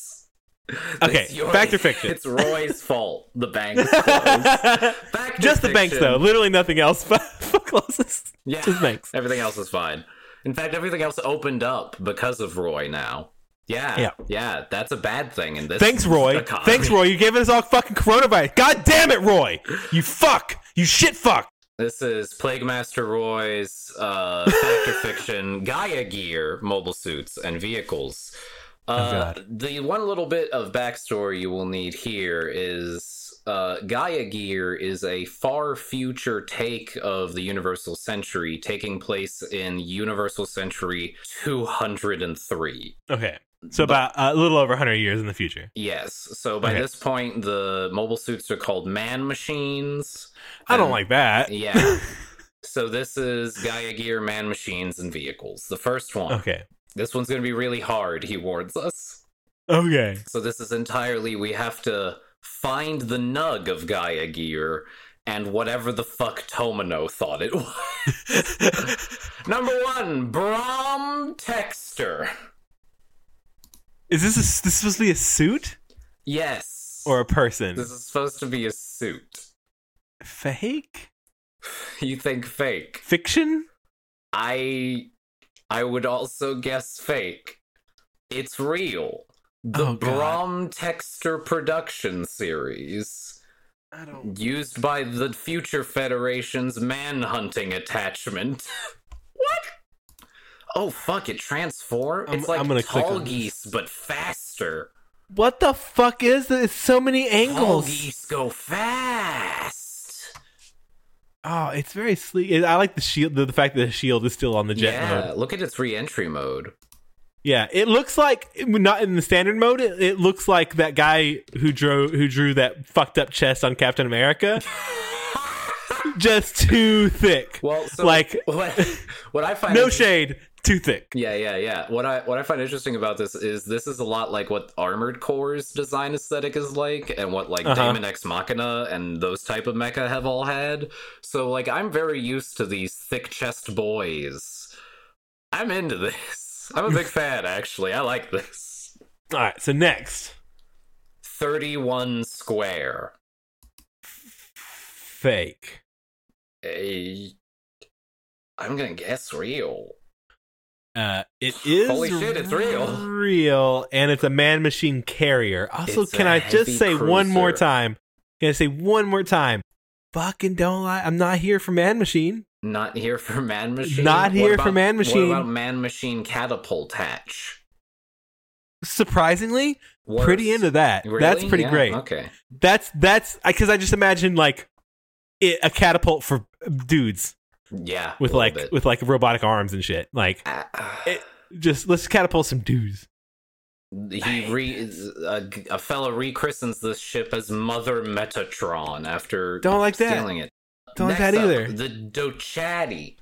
B: Okay,
A: It's your-
B: fact or fiction?
A: It's
B: *laughs*
A: Roy's fault. The banks close. Fact or
B: Just the banks,
A: fiction?
B: though. Literally nothing else. *laughs* Fuck closes.
A: Yeah,
B: Just banks.
A: Everything else is fine. In fact, everything else opened up because of Roy now. Yeah,
B: Yeah.
A: yeah. That's a bad thing in this.
B: Thanks, Roy.
A: economy.
B: Thanks, Roy. You gave us all fucking coronavirus. God damn it, Roy. You fuck. You shit fuck.
A: This is Plague Master Roy's uh, Factor
B: *laughs*
A: Fiction Gaia gear, mobile suits, and vehicles. Uh,
B: Oh, God.
A: the one little bit of backstory you will need here is uh, Gaia gear is a far future take of the Universal Century, taking place in Universal Century 203.
B: Okay. So about a little over 100 years in the future.
A: Yes. So by
B: Okay.
A: this point, the mobile suits are called man machines.
B: I don't
A: And-
B: like that. *laughs*
A: Yeah. so this is Gaia Gear, Man Machines, and Vehicles. The first one.
B: Okay.
A: This one's going to be really hard, he warns us.
B: Okay.
A: So this is entirely, we have to find the nug of Gaia gear and whatever the fuck Tomino thought it *laughs* was. Number one, Brom Texter.
B: Is this a, this supposed to be a suit
A: Yes.
B: or a person?
A: this is supposed to be a suit.
B: Fake
A: You think fake?
B: fiction?
A: I I would also guess fake. It's real. The
B: Oh, God.
A: Brom Texter production series.
B: I don't.
A: used by the Future Federation's manhunting
B: *laughs*
A: attachment. what? Oh fuck! It transforms.
B: I'm-
A: It's like
B: I'm gonna click
A: tall
B: on this.
A: geese, but faster.
B: What the fuck is this? It's so many
A: Tall
B: angles.
A: geese go fast.
B: Oh, it's very sleek. It- I like the shield. The, the fact that the shield is still on the jet
A: yeah,
B: mode.
A: look at its re-entry mode.
B: Yeah, it looks like not in the standard mode. It, it looks like that guy who drew who drew that fucked up chest on Captain America, *laughs* just too thick.
A: Well, so
B: Like-
A: *laughs* what, what I find
B: no shade, too thick.
A: Yeah, yeah, yeah. What I what I find interesting about this is this is a lot like what Armored Core's design aesthetic is like, and what like
B: Uh-huh.
A: Daemon X Machina and those type of mecha have all had. So like I'm very used to these thick chest boys. I'm into *laughs* this. I'm a
B: *laughs*
A: big fan, actually. I like this.
B: All right, so next,
A: Thirty one square.
B: fake.
A: A... I'm gonna guess real.
B: Uh, it is
A: Holy shit, it's real.
B: real, and it's a man machine carrier. Also,
A: It's
B: can
A: a
B: I just
A: heavy
B: say one more
A: cruiser.
B: time? Can I say one more time? Fucking don't lie. I'm not here for man machine.
A: Not here for man machine.
B: Not
A: What
B: here for
A: about-
B: man machine.
A: What about man machine catapult hatch?
B: Surprisingly,
A: Worse.
B: pretty into that. That's
A: Really?
B: pretty
A: Yeah,
B: great.
A: Okay.
B: That's that's because I, just imagine like it, a catapult for dudes
A: Yeah.
B: with
A: a little
B: like
A: bit.
B: with like robotic arms and shit. Like
A: Ah, ah.
B: *sighs* it- just let's catapult some dudes.
A: he re a, a fella rechristens this ship as Mother Metatron after
B: Don't like that.
A: stealing it.
B: Don't like
A: Next
B: that
A: up,
B: either.
A: The Dochaddy.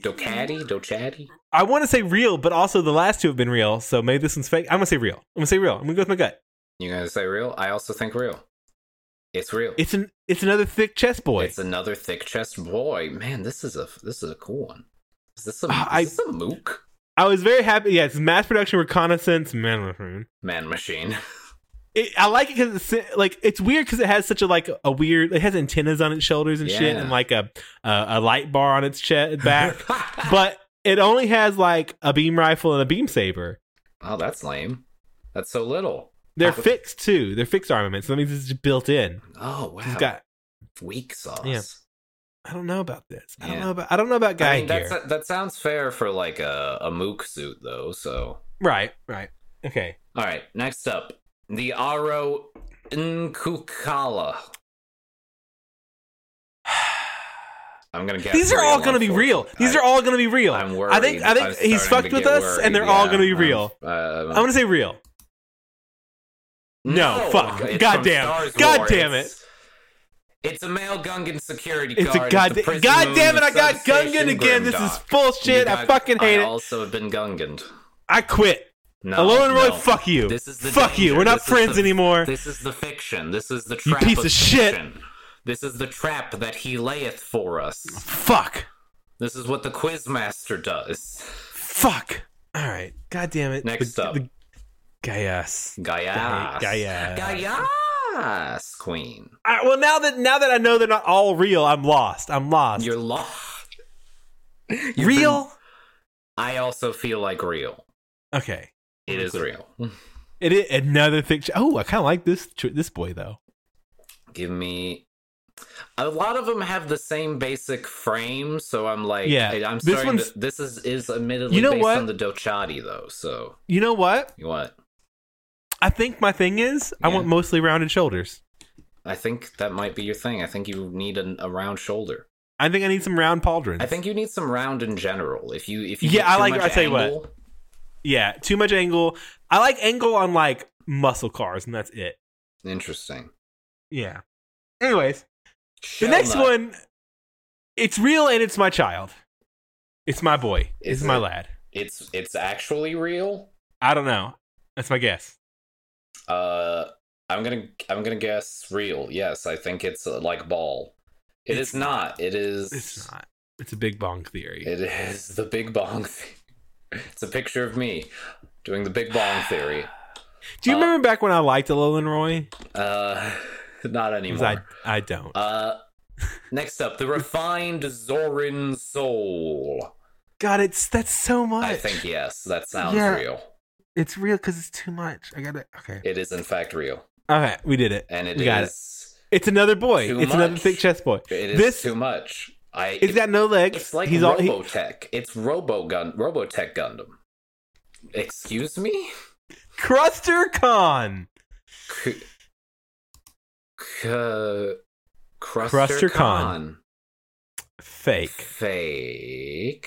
A: Docaddy? Dochaddy?
B: I want to say real, but also the last two have been real, so maybe this one's fake. I'm gonna say real. I'm gonna say real. I'm gonna go with my gut.
A: You gonna say real? I also think real. It's real.
B: It's an it's another thick chest boy.
A: It's another thick chest boy. Man, this is a this is a cool one. Is this a
B: Ah, I-
A: is this a mook?
B: I was very happy. Yeah, it's mass production reconnaissance man. machine.
A: Man machine.
B: It, I like it because it's like it's weird because it has such a like a weird. It has antennas on its shoulders and shit,
A: Yeah.
B: and like a a, a light bar on its chest back. *laughs* but it only has like a beam rifle and a beam saber.
A: *laughs* oh, that's lame. That's so little.
B: They're
A: Oh.
B: fixed too. They're fixed armaments. So that means it's just built in.
A: Oh wow.
B: It's got.
A: weak sauce.
B: Yeah. I don't know about this. I don't
A: Yeah.
B: know about. I don't know about guy
A: I mean,
B: gear.
A: that's, that sounds fair for like a, a mook suit, though. So,
B: right. Right. Okay.
A: all right, next up the Aro Nkukala. *sighs* I'm gonna guess.
B: These are all going to be
A: unfortunately.
B: real. These
A: I-
B: are all going to be real.
A: I'm worried.
B: I think. I think
A: I'm
B: he's
A: starting
B: fucked
A: to
B: with
A: get
B: us, and
A: worried.
B: they're all
A: Yeah,
B: going to be
A: I'm-
B: real.
A: uh, I'm,
B: I'm going to say real. No, fuck.
A: It's
B: God
A: from
B: damn.
A: Stars
B: God
A: War.
B: damn
A: It's- It's a male Gungan security
B: It's a
A: guard. at the
B: goddamn.
A: prison
B: God damn it!
A: moon
B: I got
A: substation
B: Gungan again. This is
A: Grimdark.
B: bullshit.
A: You
B: I
A: got-
B: fucking hate
A: I
B: it.
A: also have been Gunganed.
B: I quit.
A: No,
B: Hello and Roy,
A: no.
B: fuck you.
A: This is the
B: fuck you.
A: danger.
B: We're not
A: This is
B: friends
A: the-
B: anymore.
A: This is the fiction. This is the trap.
B: piece of shit.
A: fiction. This is the trap that he layeth for us.
B: Fuck.
A: This is what the quizmaster does.
B: Fuck. All right. God damn it.
A: Next up.
B: Gaius.
A: Gaias.
B: Gaias.
A: Gaias, queen.
B: All right, well, now that now that I know they're not all real, I'm lost. I'm lost.
A: You're lost. You've been-
B: real?
A: I also feel like real.
B: okay.
A: It is real.
B: It is another thick. Ch- oh, I kind of like this tr- this boy though.
A: Give me. A lot of them have the same basic frame, so I'm like,
B: Yeah.
A: I- I'm
B: This
A: starting.
B: one's-
A: To, this is is admittedly
B: You know
A: based
B: what?
A: on the Dochati though, so
B: You know what?
A: you what?
B: I think my thing is I
A: Yeah.
B: want mostly rounded shoulders.
A: I think that might be your thing. I think you need an, a round shoulder.
B: I think I need some round pauldrons.
A: I think you need some round in general. If you if you
B: Yeah,
A: get
B: I
A: too
B: like-
A: much
B: I tell you what.
A: angle-
B: yeah, too much angle. I like angle on like muscle cars, and that's it.
A: Interesting.
B: Yeah. Anyways, the
A: Shell
B: next
A: nut.
B: one, it's real and it's my child. It's my boy.
A: Is
B: it's my
A: it?
B: lad.
A: it's it's actually real.
B: I don't know. That's my guess.
A: Uh, I'm gonna I'm gonna guess real. Yes, I think it's uh, like ball. it's,
B: It's-
A: not. It is.
B: It's not. It's a big bong theory.
A: It is the Big Bong. *laughs* Theory. It's a picture of me doing the Big Bong theory.
B: Do you
A: uh,
B: remember back when I liked Alolan Roy?
A: Uh, not
B: 'Cause I
A: anymore.
B: I don't.
A: Uh, next up, the refined Zorin soul.
B: God, it's that's so much.
A: I think yes, that sounds
B: Yeah.
A: real.
B: it's real because it's too much. I got it. Okay.
A: It is in fact real,
B: Okay, we did it.
A: and it is.
B: We got It's another boy.
A: Too
B: it's another
A: much.
B: thick chess boy.
A: It is
B: This-
A: too much. I.
B: He's
A: it-
B: got no legs.
A: it's like
B: he's all he-
A: Robotech. It's Robo Gun. Robotech Gundam. Excuse me.
B: Cruster Con.
A: C- C-
B: Cruster Khan. Fake.
A: Fake.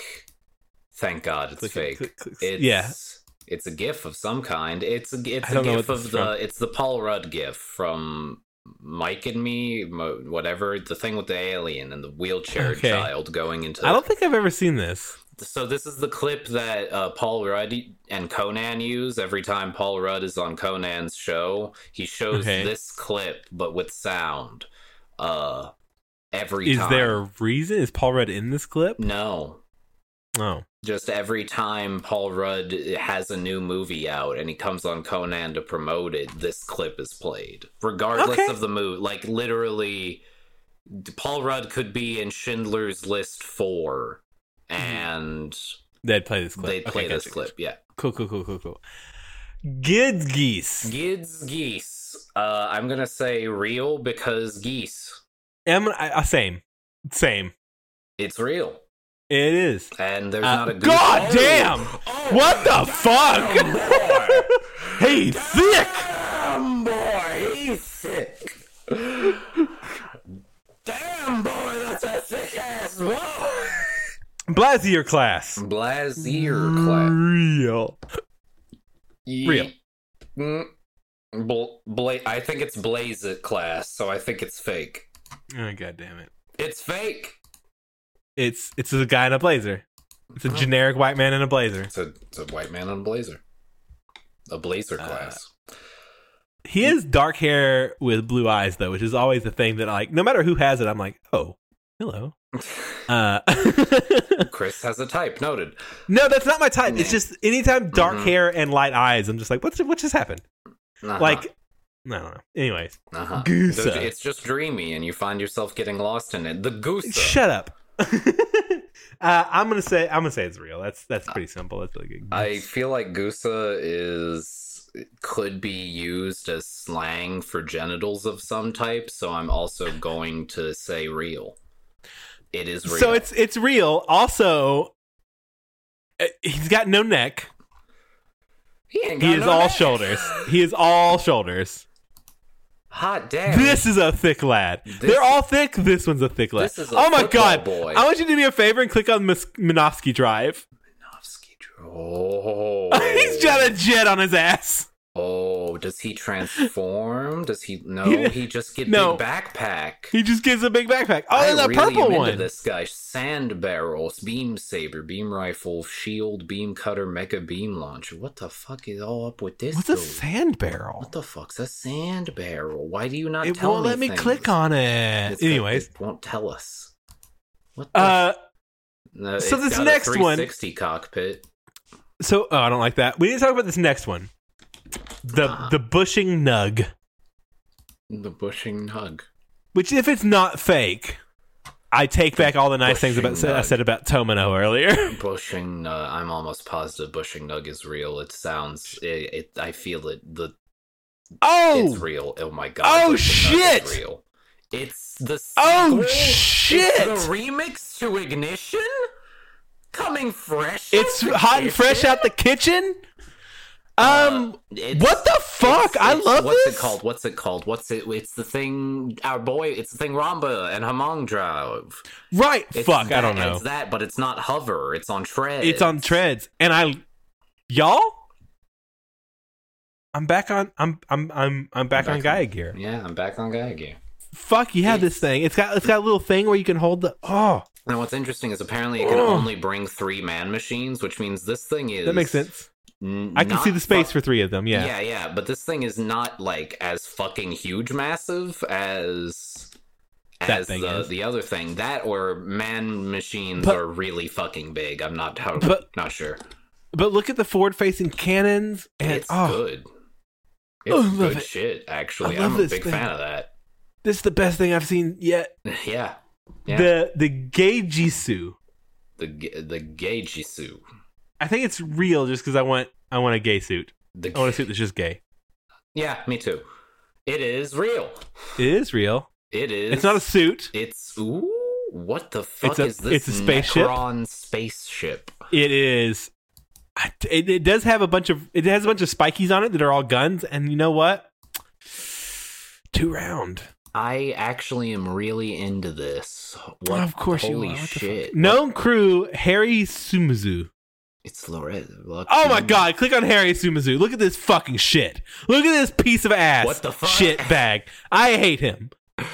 A: Thank God it's
B: Click it,
A: fake.
B: click, click.
A: It's,
B: yeah.
A: It's a gif of some kind. It's a, it's
B: I
A: a
B: don't know
A: gif
B: what
A: of
B: this is
A: the
B: from.
A: it's the Paul Rudd gif from Mike and Me, mo- whatever the thing with the alien and the wheelchair
B: Okay.
A: child going into.
B: I don't think I've ever seen this.
A: So this is the clip that uh, Paul Rudd and Conan use every time Paul Rudd is on Conan's show. He shows
B: Okay.
A: this clip but with sound. Uh, every
B: Is
A: time.
B: there a reason? Is Paul Rudd in this clip?
A: no?
B: No.
A: just every time Paul Rudd has a new movie out and he comes on Conan to promote it, this clip is played, regardless
B: Okay.
A: of the movie. Like literally, d- Paul Rudd could be in Schindler's List four, and
B: They'd play this Mm-hmm. clip.
A: they'd
B: Okay,
A: play this
B: gotcha,
A: clip. Yeah,
B: gotcha. Cool, cool, cool, cool, cool. Gids geese.
A: Gids Geese. Uh, I'm gonna say real because geese.
B: Am I, I- same, same.
A: It's real,
B: It is.
A: and there's
B: Uh,
A: not a goose-
B: God
A: Oh!
B: damn!
A: Oh,
B: What the
A: damn, boy!
B: fuck? *laughs* hey, thick.
A: Damn boy, he's sick. Damn boy, that's a sick ass boy.
B: Blazier class.
A: Blazier clap.
B: Real.
A: Ye-
B: Real.
A: Mm. Bl- bla- I think it's Blaze it class, so I think it's fake.
B: Oh god damn it.
A: It's fake.
B: It's it's a guy in a blazer. It's a
A: Oh.
B: generic white man in a blazer.
A: It's a, it's a white man on a blazer. A blazer
B: Uh,
A: class.
B: He has dark hair with blue eyes though, which is always the thing that like no matter who has it, I'm like, oh,
A: *laughs*
B: hello. Uh, *laughs*
A: Chris has a type. Noted.
B: no, that's not my type. It's
A: Nah.
B: just anytime dark
A: Mhm.
B: hair and light eyes, I'm just like, what's what just happened?
A: Uh-huh,
B: Like, I don't know. Anyways,
A: uh-huh.
B: Goose.
A: There's- It's just dreamy, and you find yourself getting lost in it. The goose.
B: shut up. *laughs* uh, I'm gonna say I'm gonna say it's real. That's that's pretty simple. That's really good.
A: Uh, I feel like Gusa is could be used as slang for genitals of some type, so I'm also going to say real. It is real.
B: so it's it's real. Also, uh, he's got no neck.
A: he, ain't
B: He
A: got
B: is
A: no
B: all
A: neck.
B: shoulders. He is all shoulders.
A: Hot damn.
B: This is a thick lad. They're all thick. This one's a thick lad.
A: This is a
B: oh my
A: football
B: god!
A: boy.
B: I want you to do me a favor and click on Mis- Minofsky Drive. *laughs*
A: Nofsky Dr- Oh.
B: He's got a jet on his ass.
A: Oh, does he transform? Does he? No,
B: He-
A: he just get
B: No.
A: big backpack.
B: He just gives a big backpack. Oh,
A: I
B: there's a
A: really am
B: purple
A: into
B: one.
A: This guy, sand barrels, beam saber, beam rifle, shield, beam cutter, mecha beam launcher. What the fuck is all up with this?
B: What's a
A: dude?
B: sand barrel?
A: what the fuck's a sand barrel? Why do you not
B: It
A: tell
B: won't
A: me?
B: let me
A: things?
B: click on it.
A: It's got-
B: Anyways,
A: it won't tell us. What? The
B: uh,
A: no,
B: so
A: it's
B: this
A: got a
B: next one-
A: 360 cockpit.
B: so oh, I don't like that. We need to talk about this next one. The
A: Uh-huh.
B: the bushing nug,
A: The bushing nug.
B: which if it's not fake, I take back all the nice things
A: Bushing
B: about I
A: nug.
B: said about Tomino earlier. *laughs*
A: Bushing. Uh, I'm almost positive bushing nug is real. It sounds. It. it I feel it. The
B: Oh,
A: It's real. Oh my god.
B: Oh,
A: It's not- it's
B: shit!
A: real. It's the
B: Oh,
A: sequel?
B: shit!
A: It's the remix to Ignition coming fresh.
B: It's
A: out the
B: hot and fresh
A: kitchen?
B: out the kitchen. Um,
A: Uh, It's-
B: what the fuck?
A: it's-
B: I
A: it's-
B: love
A: what's
B: this.
A: it called? What's it called? What's it? It's the thing. Our boy. It's the thing. Ramba and Hamong Drive.
B: right?
A: It's
B: Fuck, I
A: that-
B: don't know.
A: It's that, but it's not Hover. It's on Tread.
B: It's on treads, and I, y'all, I'm back on. I'm I'm I'm I'm back,
A: Back
B: on
A: on-
B: Gaia gear.
A: Yeah, I'm back on Gaia gear.
B: Fuck, you have
A: It's-
B: this thing. It's got it's got a little thing where you can hold the. Oh,
A: And what's interesting is apparently it can
B: Oh.
A: only bring three man machines, which means this thing is
B: that makes sense.
A: n-
B: I can
A: not
B: see the space
A: fuck-
B: for three of them. Yeah.
A: yeah, yeah, but this thing is not like as fucking huge, massive as
B: That
A: as
B: thing
A: the,
B: is.
A: the other thing. That or man machines
B: But-
A: are really fucking big. I'm not how,
B: But-
A: not sure.
B: But look at the forward facing cannons, and
A: it's
B: oh,
A: good.
B: Oh,
A: It's
B: love
A: good
B: it.
A: shit. Actually,
B: I love
A: I'm a
B: this
A: big
B: thing.
A: fan of that. *laughs*
B: this is the best thing I've seen yet.
A: yeah, Yeah.
B: The the gay Jisoo.
A: the g- the gay Jisoo.
B: I think it's real just because I want I want a gay suit.
A: The
B: I want a suit that's just gay.
A: yeah, me too. It is real.
B: It is real.
A: It is.
B: It's, not a suit.
A: It's ooh. What the fuck
B: a-
A: is this?
B: it's a spaceship?
A: Necron spaceship.
B: It is. I- It, it does have a bunch of it has a bunch of spikies on it that are all guns, and you know what? Two round.
A: I actually am really into this. What?
B: of course you
A: holy
B: are. What the fuck?
A: shit!
B: Known crew Harry Sumazu.
A: It's Lorette.
B: Oh
A: Hmm.
B: my god! Click on Harry Sumazu. Look at this fucking shit. Look at this piece of ass.
A: What the fuck?
B: Shit bag. I hate him.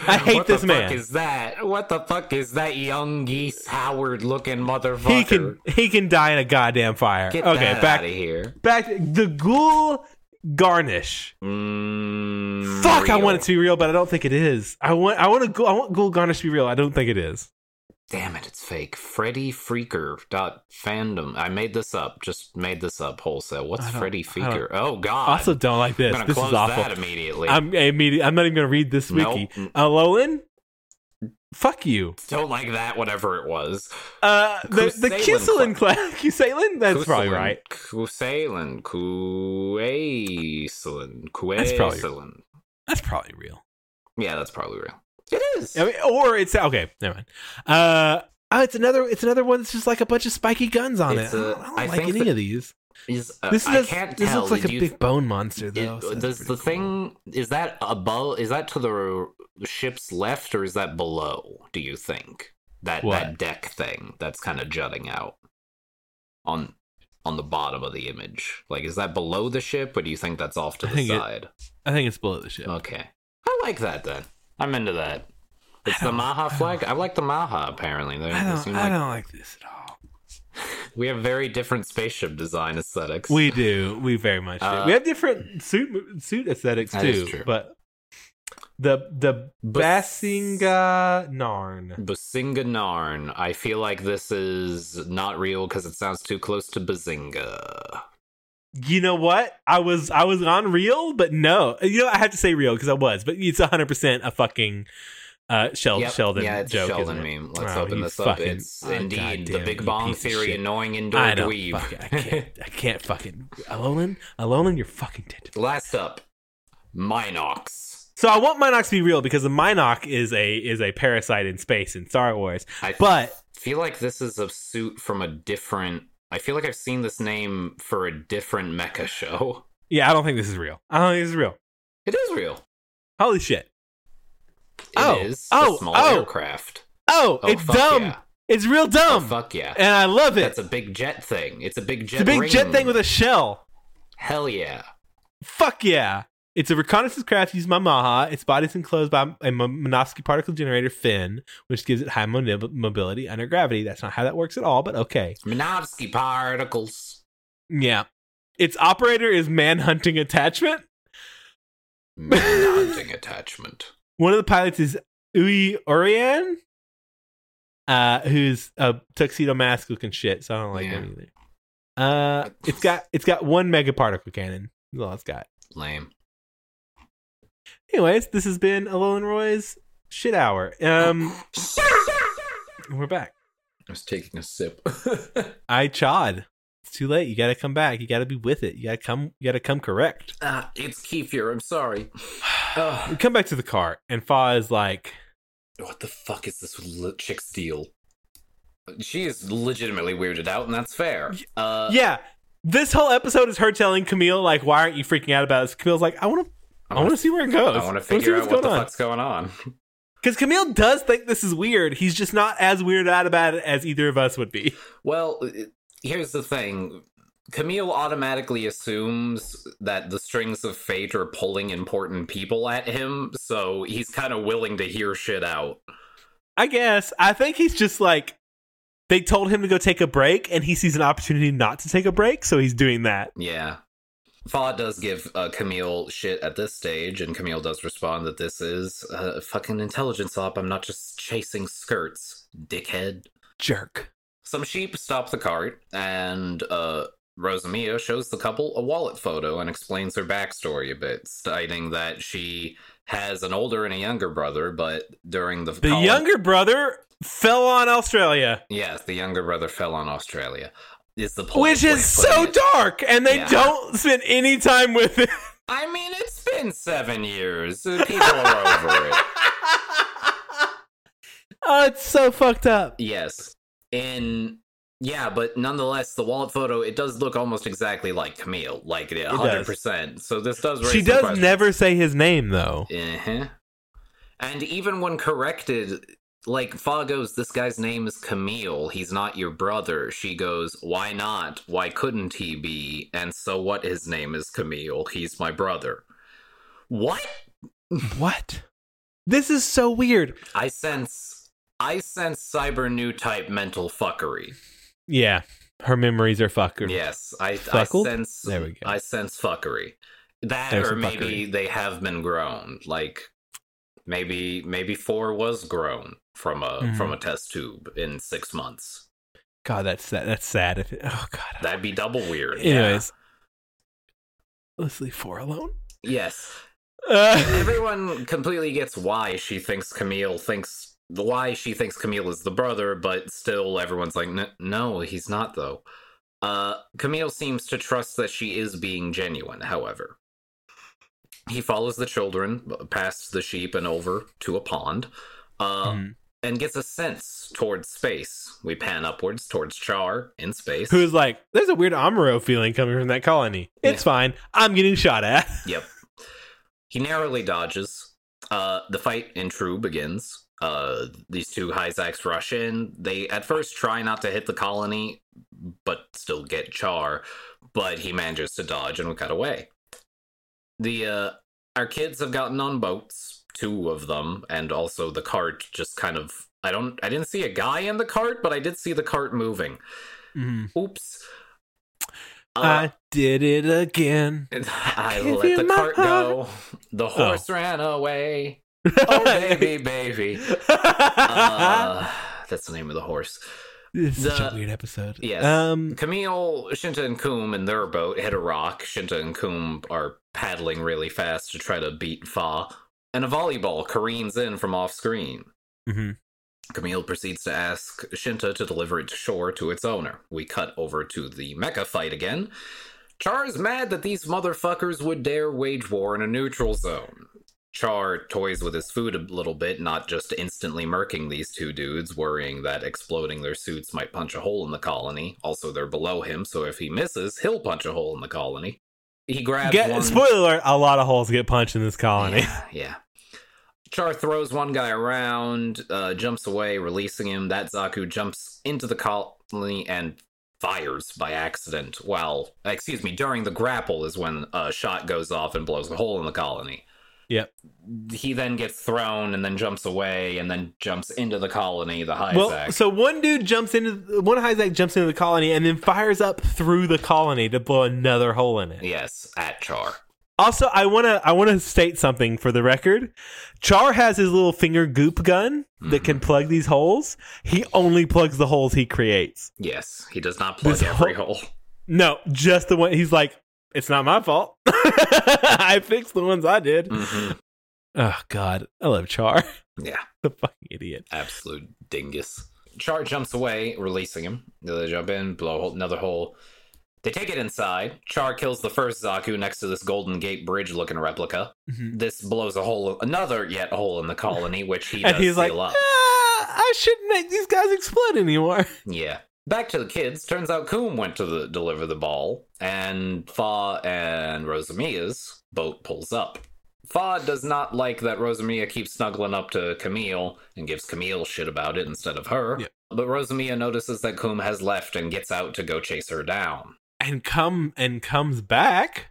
B: I hate
A: *laughs* what
B: this
A: the
B: man.
A: Fuck is that? What the fuck is that young geese Howard looking motherfucker?
B: he can he can die in a goddamn fire.
A: Get
B: okay,
A: that
B: back
A: out of here.
B: back to- the ghoul garnish.
A: Mm,
B: Fuck, I want
A: real.
B: it to be real, but I don't think it is. I want I want to go I want ghoul garnish to be real. I don't think it is.
A: Damn it, it's fake. Freddy Freaker dot fandom. I made this up. Just made this up wholesale. What's
B: I don't-
A: Freddy
B: I
A: Freaker? Oh god.
B: Also, don't like
A: I'm
B: this.
A: gonna
B: This
A: close
B: is awful.
A: that immediately.
B: I'm immediately, I'm not even gonna read this wiki.
A: Nope.
B: Uh, Lolan, fuck you.
A: Don't like that, whatever it was.
B: Uh, the the
A: Kusalan
B: Kisselin class, *laughs* Kusalan. That's probably
A: Kusalan,
B: right.
A: Kusalan, Kuasalan,
B: That's probably-
A: Kuasalan.
B: That's probably real.
A: Yeah, that's probably real. It is.
B: I mean, or it's okay. Never mind. Uh, oh, it's another. It's another one that's just like a bunch of spiky guns on
A: It's
B: it. I
A: a-
B: don't, I don't
A: I
B: like
A: think
B: any
A: that-
B: of these.
A: Is, uh,
B: This,
A: I
B: is
A: can't
B: this
A: tell.
B: looks like a
A: Do you-
B: big bone monster, though.
A: It- uh,
B: so that's
A: does the
B: pretty cool.
A: thing is that above? Is that to the ship's left or is that below? Do you think that that
B: What?
A: deck thing that's kind of jutting out on on the bottom of the image? Like, is that below the ship, or do you think that's off to
B: I
A: the
B: think it-
A: side?
B: I think it's below the ship.
A: Okay, I like that then. I'm into that. It's
B: I
A: the
B: don't-
A: Maha
B: I
A: flag. I like the Maha. Apparently, they,
B: I
A: they
B: don't.
A: seem
B: I
A: like
B: don't like this at all.
A: we have very different spaceship design aesthetics.
B: We do. We very much do.
A: Uh,
B: we have different suit suit aesthetics
A: That is
B: too.
A: true.
B: But the the
A: But-
B: Basinga Narn.
A: Basinga Narn. I feel like this is not real because it sounds too close to Bazinga.
B: You know what? I was I was on real, but no. You know I have to say real because I was, but it's hundred percent a fucking uh Shel-
A: Yep,
B: Sheldon
A: yeah, it's a
B: joke.
A: Sheldon
B: isn't it?
A: meme. Let's
B: Oh,
A: open
B: you
A: this up.
B: fucking-
A: It's
B: oh,
A: indeed the
B: goddamn,
A: Big
B: you
A: Bomb
B: piece of
A: Theory,
B: shit.
A: annoying indoor
B: I don't
A: dweeb. *laughs*
B: fucking, I can't I can't fucking Alolan Alolan you're fucking dead.
A: Last up, Minox.
B: So I want Minox to be real because the Minox is a is a parasite in space in Star Wars.
A: I
B: But
A: feel like this is a suit from a different. I feel like I've seen this name for a different mecha show.
B: yeah, I don't think this is real. I don't think this is real.
A: It is real.
B: Holy shit.
A: It is
B: Oh,
A: a
B: oh,
A: small
B: oh.
A: aircraft.
B: Oh,
A: Oh,
B: it's
A: fuck
B: dumb.
A: yeah.
B: It's real
A: Oh,
B: dumb.
A: fuck yeah.
B: and I love it.
A: That's a big jet thing. It's a big jet.
B: It's a big jet
A: ring.
B: thing with a shell.
A: Hell yeah.
B: Fuck yeah. It's a reconnaissance craft used by Maha. Its body is enclosed by a Mo- Minovsky particle generator fin, which gives it high monib- mobility under gravity. That's not how that works at all, but okay.
A: Minovsky *laughs* particles.
B: Yeah. Its operator is manhunting attachment.
A: Mounting attachment.
B: One of the pilots is Ui Orian, uh, who's a tuxedo mask looking shit. So I don't like
A: Yeah.
B: him either. Uh, it's
A: *laughs*
B: got it's got one megaparticle cannon. That's all it's got.
A: Lame.
B: Anyways, this has been Alolan Roy's shit hour.
A: *laughs*
B: Um, we're back.
A: I was taking a sip.
B: I chod. It's too late. You got to come back. You got to be with it. You got to come. You got to come correct.
A: *laughs* ah, it's kefir. I'm sorry. Ah,
B: We come back to the car, and Fa is like,
A: what the fuck is this li- chick's deal? She is legitimately weirded out, and that's fair. Uh,
B: "Yeah." This whole episode is her telling Camille, like, why aren't you freaking out about this? Camille's like, I want to I want to see where it goes.
A: I want to
B: see
A: figure
B: what's
A: out what the
B: going on.
A: fuck's going on.
B: Because Camille does think this is weird. He's just not as weirded out about it as either of us would be.
A: Well, it- here's the thing. Camille automatically assumes that the strings of fate are pulling important people at him, so he's kind of willing to hear shit out.
B: I guess. I think he's just like, They told him to go take a break, and he sees an opportunity not to take a break, so he's doing that.
A: Yeah. Fa does give uh, Camille shit at this stage, and Camille does respond that this is a fucking intelligence op. I'm not just chasing skirts, dickhead.
B: Jerk.
A: Some sheep stop the cart, and uh, Rosamia shows the couple a wallet photo and explains her backstory a bit, stating that she has an older and a younger brother, but during the
B: The
A: colon-
B: younger brother fell on Australia,
A: yes, the younger brother fell on Australia. Is the polite
B: which
A: way
B: is
A: of putting
B: so
A: it.
B: dark, and they
A: Yeah.
B: don't spend any time with it.
A: I mean, it's been seven years. Uh, People are over it.
B: *laughs* oh, it's so fucked up.
A: Yes. And yeah, but nonetheless, the wallet photo it does look almost exactly like Camille, like a hundred
B: does.
A: percent. So this does raise
B: She
A: some
B: does
A: questions.
B: never say his name though.
A: Uh-huh. And even when corrected, like Fa goes, "This guy's name is Camille. He's not your brother." She goes, "Why not? Why couldn't he be?" And so what? His name is Camille. He's my brother. What?
B: What? This is so weird.
A: I sense. I sense cyber new type mental fuckery.
B: Yeah, her memories are fucker.
A: Yes, I, I
B: Fuckled?
A: sense.
B: There we go.
A: I sense fuckery. That
B: There's
A: or
B: some
A: maybe they have been grown. Like maybe maybe four was grown from a
B: Mhm.
A: from a test tube in six months.
B: God, that's sad. That's sad. If it, oh God.
A: That'd be double weird. yeah.
B: Anyways, let's leave four *laughs* alone.
A: Yes.
B: Uh,
A: *laughs* Everyone completely gets why she thinks Camille thinks why she thinks Camille is the brother, but still everyone's like, "N- no, he's not though. Uh, Camille seems to trust that she is being genuine, however. He follows the children past the sheep and over to a pond, uh,
B: Mhm.
A: and gets a sense towards space. We pan upwards towards Char in space.
B: Who's like? There's a weird Amuro feeling coming from that colony. It's fine. I'm getting shot at.
A: Yep. He narrowly dodges. Uh, the fight in True begins. Uh, these two Hyzaks rush in. They at first try not to hit the colony, but still get Char. But he manages to dodge and we cut away. The uh, our kids have gotten on boats, two of them, and also the cart. Just kind of, I don't, I didn't see a guy in the cart, but I did see the cart moving. Mm-hmm.
B: Mhm.
A: Oops.
B: Uh, I did it *laughs* again.
A: I
B: Give
A: let
B: you
A: the
B: my
A: cart go. The horse ran away. Oh,
B: *laughs*
A: baby, baby. Uh, that's the name of the horse.
B: this is such
A: the-
B: a weird episode.
A: yes.
B: Um.
A: Camille, Shinta, and Coom in their boat hit a rock. Shinta and Coom are paddling really fast to try to beat Fa, and a volleyball careens in from off screen.
B: mhm.
A: Camille proceeds to ask Shinta to deliver it to shore to its owner. We cut over to the mecha fight again. Char is mad that these motherfuckers would dare wage war in a neutral zone. Char toys with his food a little bit, not just instantly murking these two dudes, worrying that exploding their suits might punch a hole in the colony. Also, they're below him, so if he misses, he'll punch a hole in the colony. He grabs
B: Get-
A: one.
B: spoiler alert: a lot of holes get punched in this colony.
A: Yeah, yeah. Char throws one guy around, uh, jumps away, releasing him. That Zaku jumps into the colony and fires by accident. While, excuse me, during the grapple is when a shot goes off and blows a hole in the colony.
B: Yep.
A: He then gets thrown and then jumps away and then jumps into the colony, the Hyzak.
B: Well, so one dude jumps into one Isaac jumps into the colony and then fires up through the colony to blow another hole in it.
A: yes, at Char.
B: Also, I wanna I wanna state something for the record. Char has his little finger goop gun that
A: Mm-hmm.
B: can plug these holes. He only plugs the holes he creates.
A: Yes, he does not plug
B: This
A: every hole. *laughs*
B: No, just the one. He's like, it's not my fault. *laughs* I fixed the ones I did.
A: Mhm.
B: Oh God, I love Char. *laughs*
A: Yeah.
B: the fucking idiot.
A: absolute dingus. Char jumps away, releasing him. They jump in, blow hole- another hole. They take it inside. Char kills the first Zaku next to this Golden Gate Bridge looking replica. This blows a hole, another yet hole in the colony, which he does
B: *laughs* and he's like,
A: seal
B: ah,
A: up.
B: I shouldn't make these guys explode anymore.
A: Yeah. Back to the kids. Turns out Coom went to the, deliver the ball, and Fa and Rosamia's boat pulls up. Fa does not like that Rosamia keeps snuggling up to Camille and gives Camille shit about it instead of her.
B: Yeah.
A: But Rosamia notices that Coom has left and gets out to go chase her down.
B: and come and comes back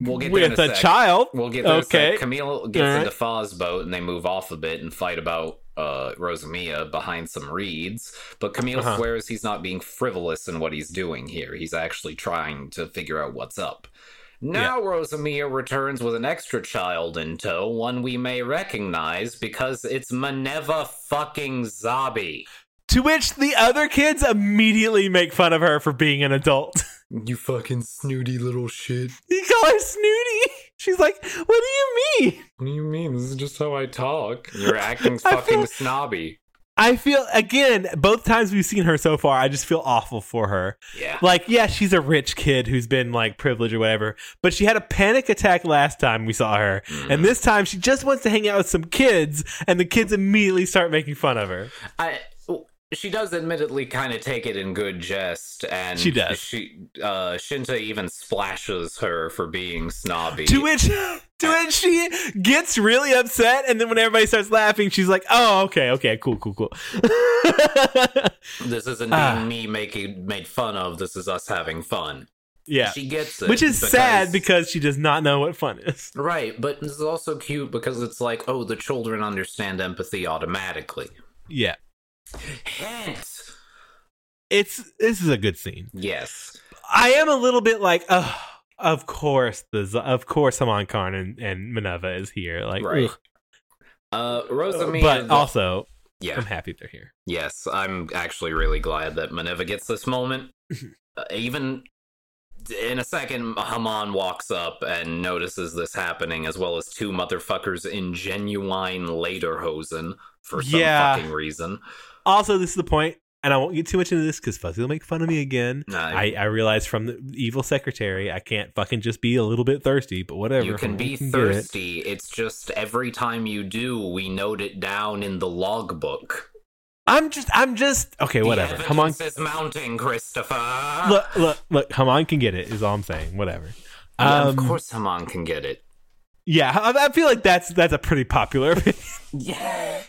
A: We'll get there in
B: with
A: a,
B: a
A: sec.
B: child.
A: We'll get there. in a sec.
B: Okay.
A: Camille gets
B: All right.
A: into Fa's boat and they move off a bit and fight about uh, Rosamia behind some reeds, but Camille
B: Uh-huh.
A: swears he's not being frivolous in what he's doing here. He's actually trying to figure out what's up. Now Rosamia returns with an extra child in tow, one we may recognize because it's Maneva fucking Zabi.
B: To which the other kids immediately make fun of her for being an adult. *laughs*
A: You fucking snooty little shit.
B: you call her snooty. She's like, "What do you mean?"
A: What do you mean? This is just how I talk. You're *laughs* acting
B: I
A: fucking
B: feel-
A: snobby.
B: I feel again, both times we've seen her so far, I just feel awful for her.
A: Yeah.
B: Like, yeah, she's a rich kid who's been like privileged or whatever, but she had a panic attack last time we saw her.
A: Mm.
B: And this time she just wants to hang out with some kids, and the kids immediately start making fun of her.
A: I she does admittedly kind of take it in good jest, and
B: She does.
A: She uh, Shinta even splashes her for being snobby.
B: To which to which she gets really upset, and then when everybody starts laughing, she's like, Oh, okay, okay, cool, cool, cool. *laughs*
A: this isn't
B: Ah.
A: being me making made fun of. This is us having fun.
B: yeah.
A: She gets it,
B: Which is sad because she does not know what fun is.
A: right, but this is also cute because it's like, oh, the children understand empathy automatically.
B: Yeah.
A: Hence,
B: It's this is a good scene.
A: yes,
B: I am a little bit like, oh, of course the Z- of course Haman Khan and, and Minerva is here. Like,
A: right.
B: ugh.
A: Uh, Rosamia,
B: but
A: the-
B: also
A: yeah,
B: I'm happy they're here.
A: Yes, I'm actually really glad that Maneva gets this moment.
B: Mm-hmm.
A: uh, even in a second, Haman walks up and notices this happening, as well as two motherfuckers in genuine Lederhosen for some
B: Yeah.
A: fucking reason.
B: Also, this is the point, and I won't get too much into this because Fuzzy will make fun of me again.
A: I,
B: I, I realize from the evil secretary, I can't fucking just be a little bit thirsty, but whatever.
A: you can be
B: we get it.
A: thirsty. It's just every time you do, we note it down in the logbook.
B: I'm just, I'm just, okay, whatever.
A: The
B: Haman,
A: evidence is mounting, Christopher.
B: look, look, look, Haman can get it, is all I'm saying. Whatever.
A: Well,
B: Um,
A: of course, Haman can get it.
B: Yeah, I, I feel like that's that's a pretty popular *laughs* opinion.
A: Yeah.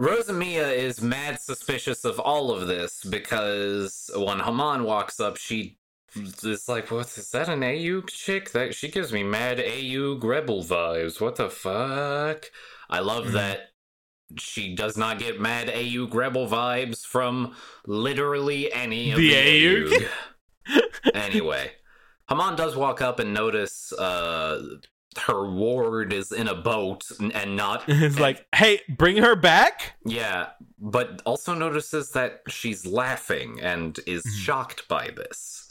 A: Rosamia is mad suspicious of all of this because when Haman walks up, she is like, "What is that? An AU chick? That she gives me mad AU rebel vibes. What the fuck?" I love
B: Mhm.
A: that she does not get mad AU rebel vibes from literally any of the,
B: The
A: AU.
B: AU.
A: anyway, Haman does walk up and notice uh, her ward is in a boat and not
B: *laughs* it's like, hey, bring her back.
A: yeah, but also notices that she's laughing and is
B: Mhm.
A: shocked by this.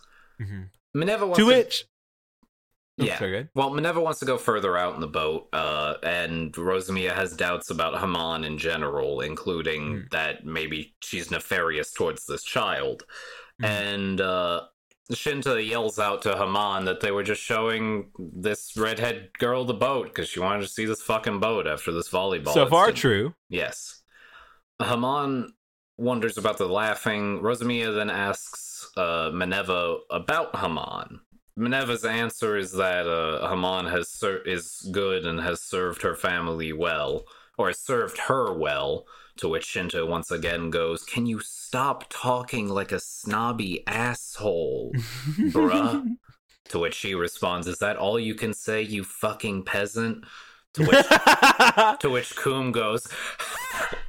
A: Minerva wants
B: To which, Oh,
A: Mm-hmm. yeah.
B: sorry, go ahead.
A: Well, Minerva wants to go further out in the boat, uh, and Rosamia has doubts about Haman in general, including
B: Mm.
A: that maybe she's nefarious towards this child.
B: Mm.
A: And uh, Shinta yells out to Haman that they were just showing this redhead girl the boat because she wanted to see this fucking boat after this volleyball.
B: so far
A: incident.
B: true.
A: Yes. Haman wonders about the laughing. Rosamia then asks uh, Minerva about Haman. Minerva's answer is that uh, Haman has ser- is good and has served her family well, or has served her well. To which Shinto once again goes, "Can you stop talking like a snobby asshole,
B: *laughs*
A: bruh?" to which she responds, "Is that all you can say, you fucking peasant?" To which to which Coom goes *laughs*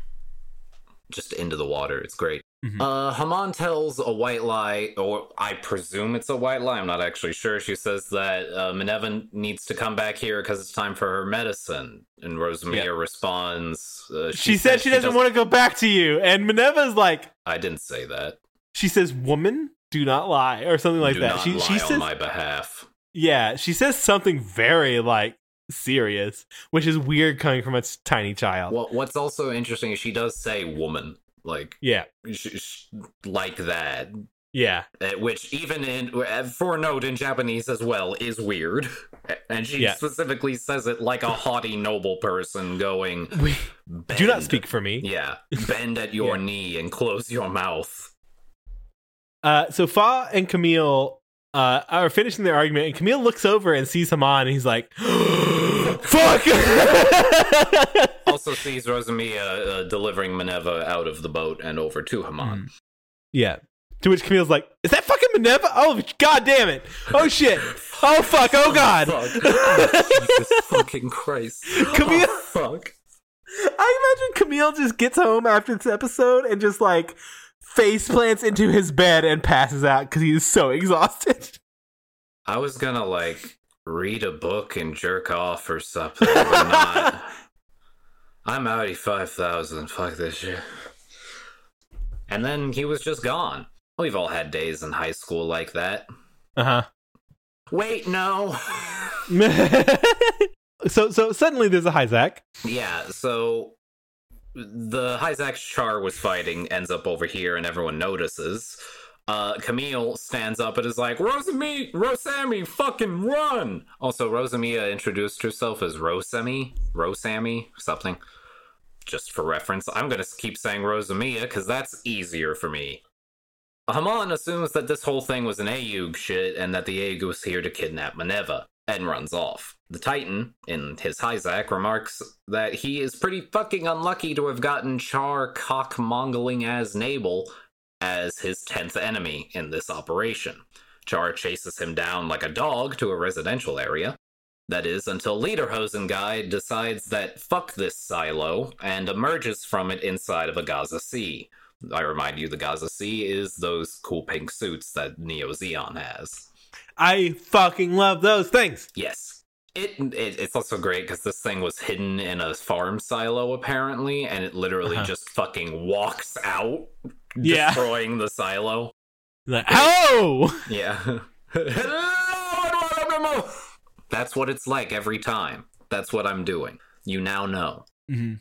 A: just into the water. It's great.
B: Mhm.
A: Uh, Haman tells a white lie, or I presume it's a white lie. I'm not actually sure. She says that uh, Minerva needs to come back here because it's time for her medicine. And Rosamia
B: Yeah.
A: responds, uh,
B: she said
A: says
B: she doesn't want to go back to you, and Minerva's like,
A: I didn't say that.
B: she says, "Woman, do not lie," or something like
A: Do
B: that.
A: not
B: She
A: lie
B: she
A: on
B: says,
A: my behalf.
B: yeah, she says something very like serious, which is weird coming from a s- tiny child.
A: What, what's also interesting is she does say "woman," like
B: yeah,
A: sh sh like that.
B: yeah,
A: Uh, which even in uh, for note in Japanese as well is weird, *laughs* and she
B: Yeah.
A: specifically says it like a haughty noble person going,
B: we,
A: bend.
B: do not speak for me.
A: Yeah, bend at your
B: *laughs* Yeah.
A: knee and close your mouth."
B: Uh, so Fa and Camille uh, are finishing their argument, and Camille looks over and sees Haman, and he's like, *gasps* "Fuck!"
A: Also sees Rosamia uh, delivering Minerva out of the boat and over to
B: Mm.
A: Haman.
B: yeah. To which Camille's like, "Is that fucking Minerva? Oh god damn it! Oh shit! Oh *laughs* fuck! Oh
A: *laughs*
B: god!"
A: Fuck. Jesus fucking Christ!
B: Camille-
A: Oh, fuck.
B: I imagine Camille just gets home after this episode and just like face plants into his bed and passes out because he's so exhausted.
A: I was gonna like read a book and jerk off or something, but not. I'm Audi 5000. Fuck this shit. And then he was just gone. We've all had days in high school like that.
B: Uh
A: Wait, no. *laughs*
B: huh. *laughs* so so suddenly there's a Isaac.
A: yeah, so the Isaac Char was fighting ends up over here and everyone notices. Uh, Camille stands up and is like, Rosami, Rosami, fucking run! Also, Rosamia introduced herself as Rosemi, Rosami, something. Just for reference, I'm gonna keep saying Rosamia because that's easier for me. Haman assumes that this whole thing was an Aug shit and that the Aug was here to kidnap Maneva and runs off. The Titan, in his Hyzak, remarks that he is pretty fucking unlucky to have gotten Char cock mongling as Nabal as his 10th enemy in this operation. Char chases him down like a dog to a residential area. That is, until Lederhosen guy decides that fuck this silo and emerges from it inside of a Gaza Sea. I remind you, the Gaza Sea is those cool pink suits that Neo Zeon has.
B: I fucking love those things.
A: Yes. It, it it's also great because this thing was hidden in a farm silo apparently, and it literally
B: Uh-huh.
A: just fucking walks out,
B: Yeah.
A: destroying the silo.
B: Like, oh,
A: Yeah. *laughs* Hello, and welcome to Mo- That's what it's like every time. That's what I'm doing. You now know.
B: Mm-hmm.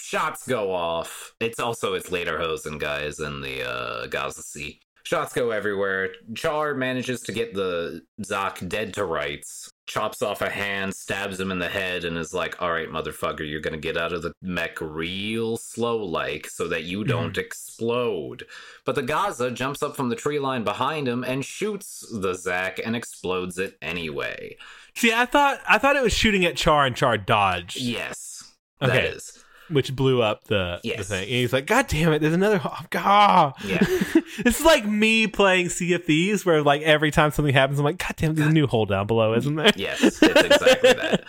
A: Shots go off. It's also it's later hosen guys in the uh, Gaza Sea. Shots go everywhere. Char manages to get the Zok dead to rights. Chops off a hand, stabs him in the head, and is like, "All right, motherfucker, you're gonna get out of the mech real slow, like, so that you don't explode." But the Gaza jumps up from the tree line behind him and shoots the Zack and explodes it anyway.
B: see, I thought I thought it was shooting at Char and Char dodged,
A: Yes, that
B: Okay.
A: is.
B: which blew up the, the
A: Yes.
B: thing. And he's like, "God damn it! There's another." Oh, God.
A: Yeah.
B: *laughs* this is like me playing Sea of Thieves, where like every time something happens, I'm like, "God damn, there's a new hole down below, isn't there?"
A: Yes, it's exactly that.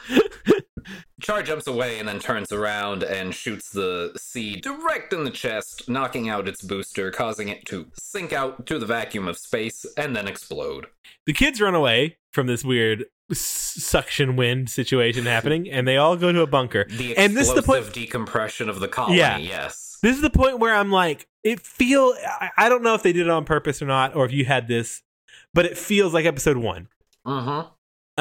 B: *laughs*
A: Char jumps away and then turns around and shoots the sea direct in the chest, knocking out its booster, causing it to sink out to the vacuum of space and then explode.
B: the kids run away from this weird s- suction wind situation happening, and they all go to a bunker.
A: The explosive
B: And this is the point-
A: decompression of the colony,
B: Yeah.
A: yes.
B: This is the point where I'm like, it feel I, I don't know if they did it on purpose or not, or if you had this, but it feels like episode one.
A: Mm-hmm.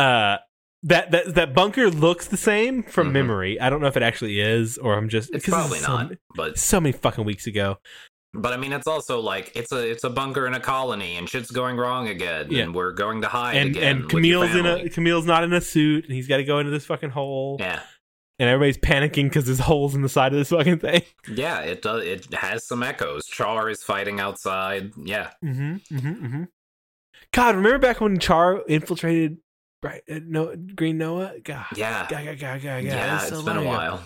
B: Uh that that that bunker looks the same from
A: Mhm.
B: memory. I don't know if it actually is, or I'm just
A: It's
B: 'cause this
A: probably
B: is so-
A: not, but
B: So many fucking weeks ago.
A: but I mean it's also like it's a it's a bunker in a colony and shit's going wrong again
B: Yeah.
A: and we're going to hide
B: And
A: again. with
B: and
A: your
B: Camille's in a
A: family.
B: Camille's not in a suit, and he's got to go into this fucking hole,
A: Yeah.
B: and everybody's panicking because there's holes in the side of this fucking thing.
A: Yeah, it does it has some echoes. Char is fighting outside. Yeah.
B: hmm hmm hmm God, remember back when Char infiltrated Bright, uh, no, Green Noah? God.
A: Yeah.
B: God, God, God, God, God.
A: Yeah,
B: It was
A: it's
B: so
A: been
B: long
A: a
B: ago.
A: while.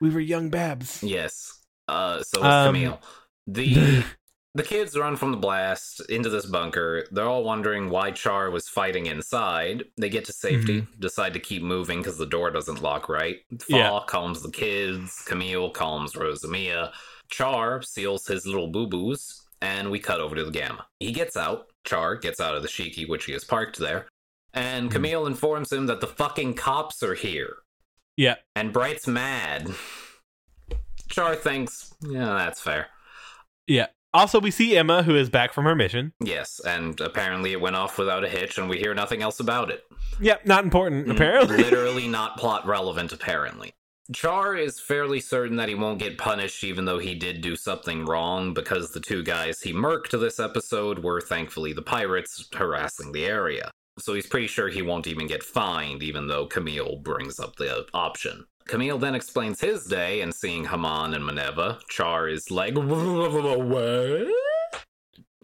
B: We were young babs.
A: Yes. Uh, so was
B: Um,
A: Camille.
B: *laughs*
A: The the kids run from the blast into this bunker. They're all wondering why Char was fighting inside. They get to safety, decide to keep moving because the door doesn't lock right. Fa
B: Yeah.
A: calms the kids. Camille calms Rosamia. Char seals his little boo boos, and we cut over to the Gamma. He gets out. Char gets out of the Shiki, which he has parked there. And
B: Mhm.
A: Camille informs him that the fucking cops are here.
B: Yeah.
A: And Bright's mad. Char thinks, yeah, that's fair.
B: Also, we see Emma, who is back from her mission.
A: Yes, and apparently it went off without a hitch, and we hear nothing else about it.
B: Yep, not important, Mm,
A: Mm,
B: apparently. *laughs*
A: Literally not plot relevant, apparently. Char is fairly certain that he won't get punished, even though he did do something wrong, because the two guys he murked this episode were thankfully the pirates harassing the area. So he's pretty sure he won't even get fined, even though Camille brings up the option. Camille then explains his day and seeing Haman and Maneva. Char is like, *laughs* what?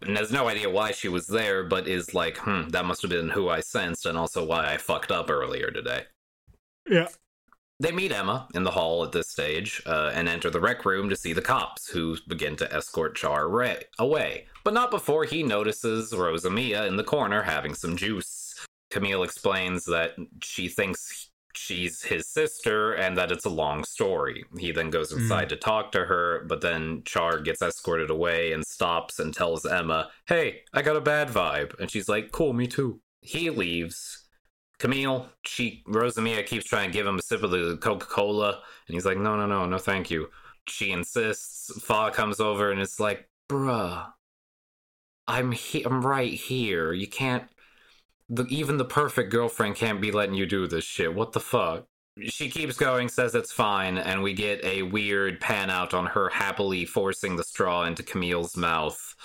A: and has no idea why she was there, but is like, hmm, that must have been who I sensed, and also why I fucked up earlier today.
B: Yeah.
A: They meet Emma in the hall at this stage uh, and enter the rec room to see the cops, who begin to escort Char Ray away, but not before he notices Rosamia in the corner having some juice. Camille explains that she thinks she's his sister and that it's a long story. He then goes inside to talk to her, but then Char gets escorted away and stops and tells Emma, Hey, I got a bad vibe. And she's like, Cool, me too. He leaves. Camille, she Rosamia keeps trying to give him a sip of the Coca-Cola, and he's like, No, no, no, no, thank you. She insists. Fa comes over and it's like, bruh, I'm he- I'm right here. You can't the, even the perfect girlfriend can't be letting you do this shit. What the fuck? She keeps going, says it's fine, and we get a weird pan out on her happily forcing the straw into Camille's mouth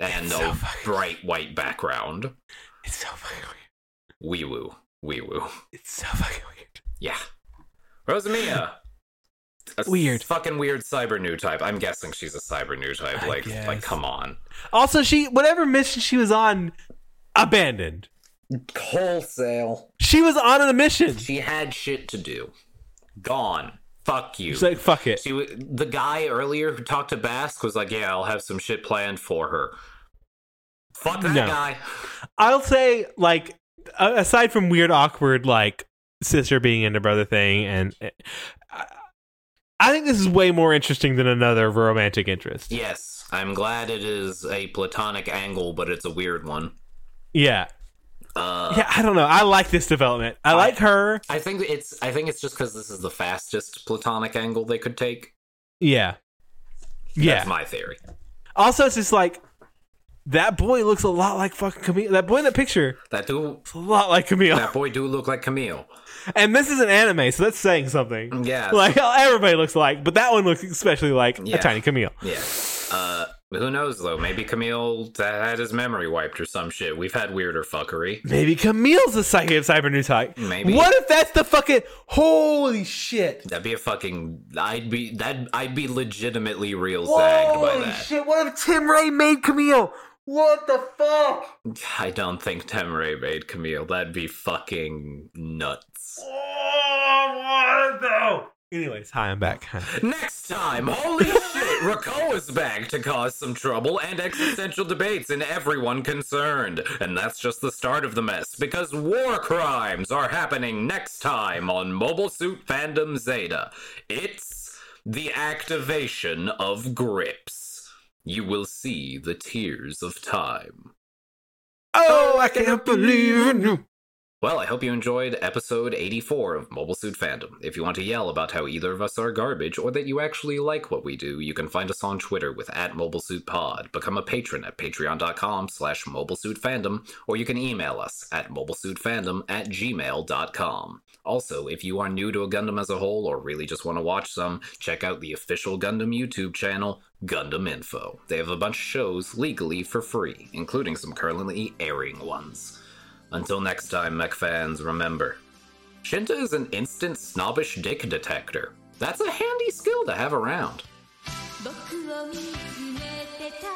A: and
B: It's so
A: a
B: fucking-
A: bright white background.
B: It's so fucking weird.
A: Wee woo. Wee woo.
B: It's so fucking weird.
A: Yeah. Rosamia! A
B: Weird.
A: Fucking weird cyber new type. I'm guessing she's a cyber new type.
B: I
A: Like, like
B: guess.
A: come on.
B: Also, she whatever mission she was on, abandoned.
A: Wholesale.
B: She was on a mission.
A: She had shit to do. Gone. Fuck you.
B: She's like, fuck it.
A: She, w- the guy earlier who talked to Basque was like, "Yeah, I'll have some shit planned for her." Fuck that
B: No.
A: guy.
B: I'll say, like, a- aside from weird, awkward, like sister being into brother thing, and eh, I, I think this is way more interesting than another romantic interest.
A: Yes, I'm glad it is a platonic angle, but it's a weird one.
B: Yeah,
A: Uh,
B: yeah. I don't know. I like this development. I like her.
A: I think it's I think it's just because this is the fastest platonic angle they could take.
B: Yeah, yeah.
A: That's my theory.
B: also, it's just like that boy looks a lot like fucking Camille. That boy in that picture
A: That do
B: looks a lot like Camille.
A: that boy do look like Camille.
B: And this is an anime, so that's saying something.
A: Yeah,
B: Like everybody looks like, but that one looks especially like
A: Yeah.
B: a tiny Camille.
A: yeah. Uh, who knows though? Maybe Camille had his memory wiped or some shit. We've had weirder fuckery.
B: Maybe Camille's a psyche of cyber new type.
A: Maybe.
B: What if that's the fucking holy shit?
A: That'd be a fucking. I'd be that. I'd be legitimately real zagged by that.
B: shit! What if Tim Ray made Camille? What the fuck?
A: I don't think Temre made Camille. That'd be fucking nuts.
B: Oh, what though? Anyways, hi, I'm back.
A: Next time, holy shit, Rako is back to cause some trouble and existential debates in everyone concerned. And that's just the start of the mess because war crimes are happening next time on Mobile Suit Fandom Zeta. It's the activation of grips. You will see the tears of time.
B: Oh, I can't believe it. No.
A: Well, I hope you enjoyed episode 84 of Mobile Suit Fandom. If you want to yell about how either of us are garbage or that you actually like what we do, you can find us on Twitter with at MobileSuitPod, become a patron at patreon.com slash mobilesuitfandom, or you can email us at mobilesuitfandom at gmail.com. Also, if you are new to a Gundam as a whole or really just want to watch some, check out the official Gundam YouTube channel, Gundam Info. They have a bunch of shows legally for free, including some currently airing ones. Until next time, mech fans, remember Shinta is an instant snobbish dick detector. That's a handy skill to have around.
C: 僕を見つめてた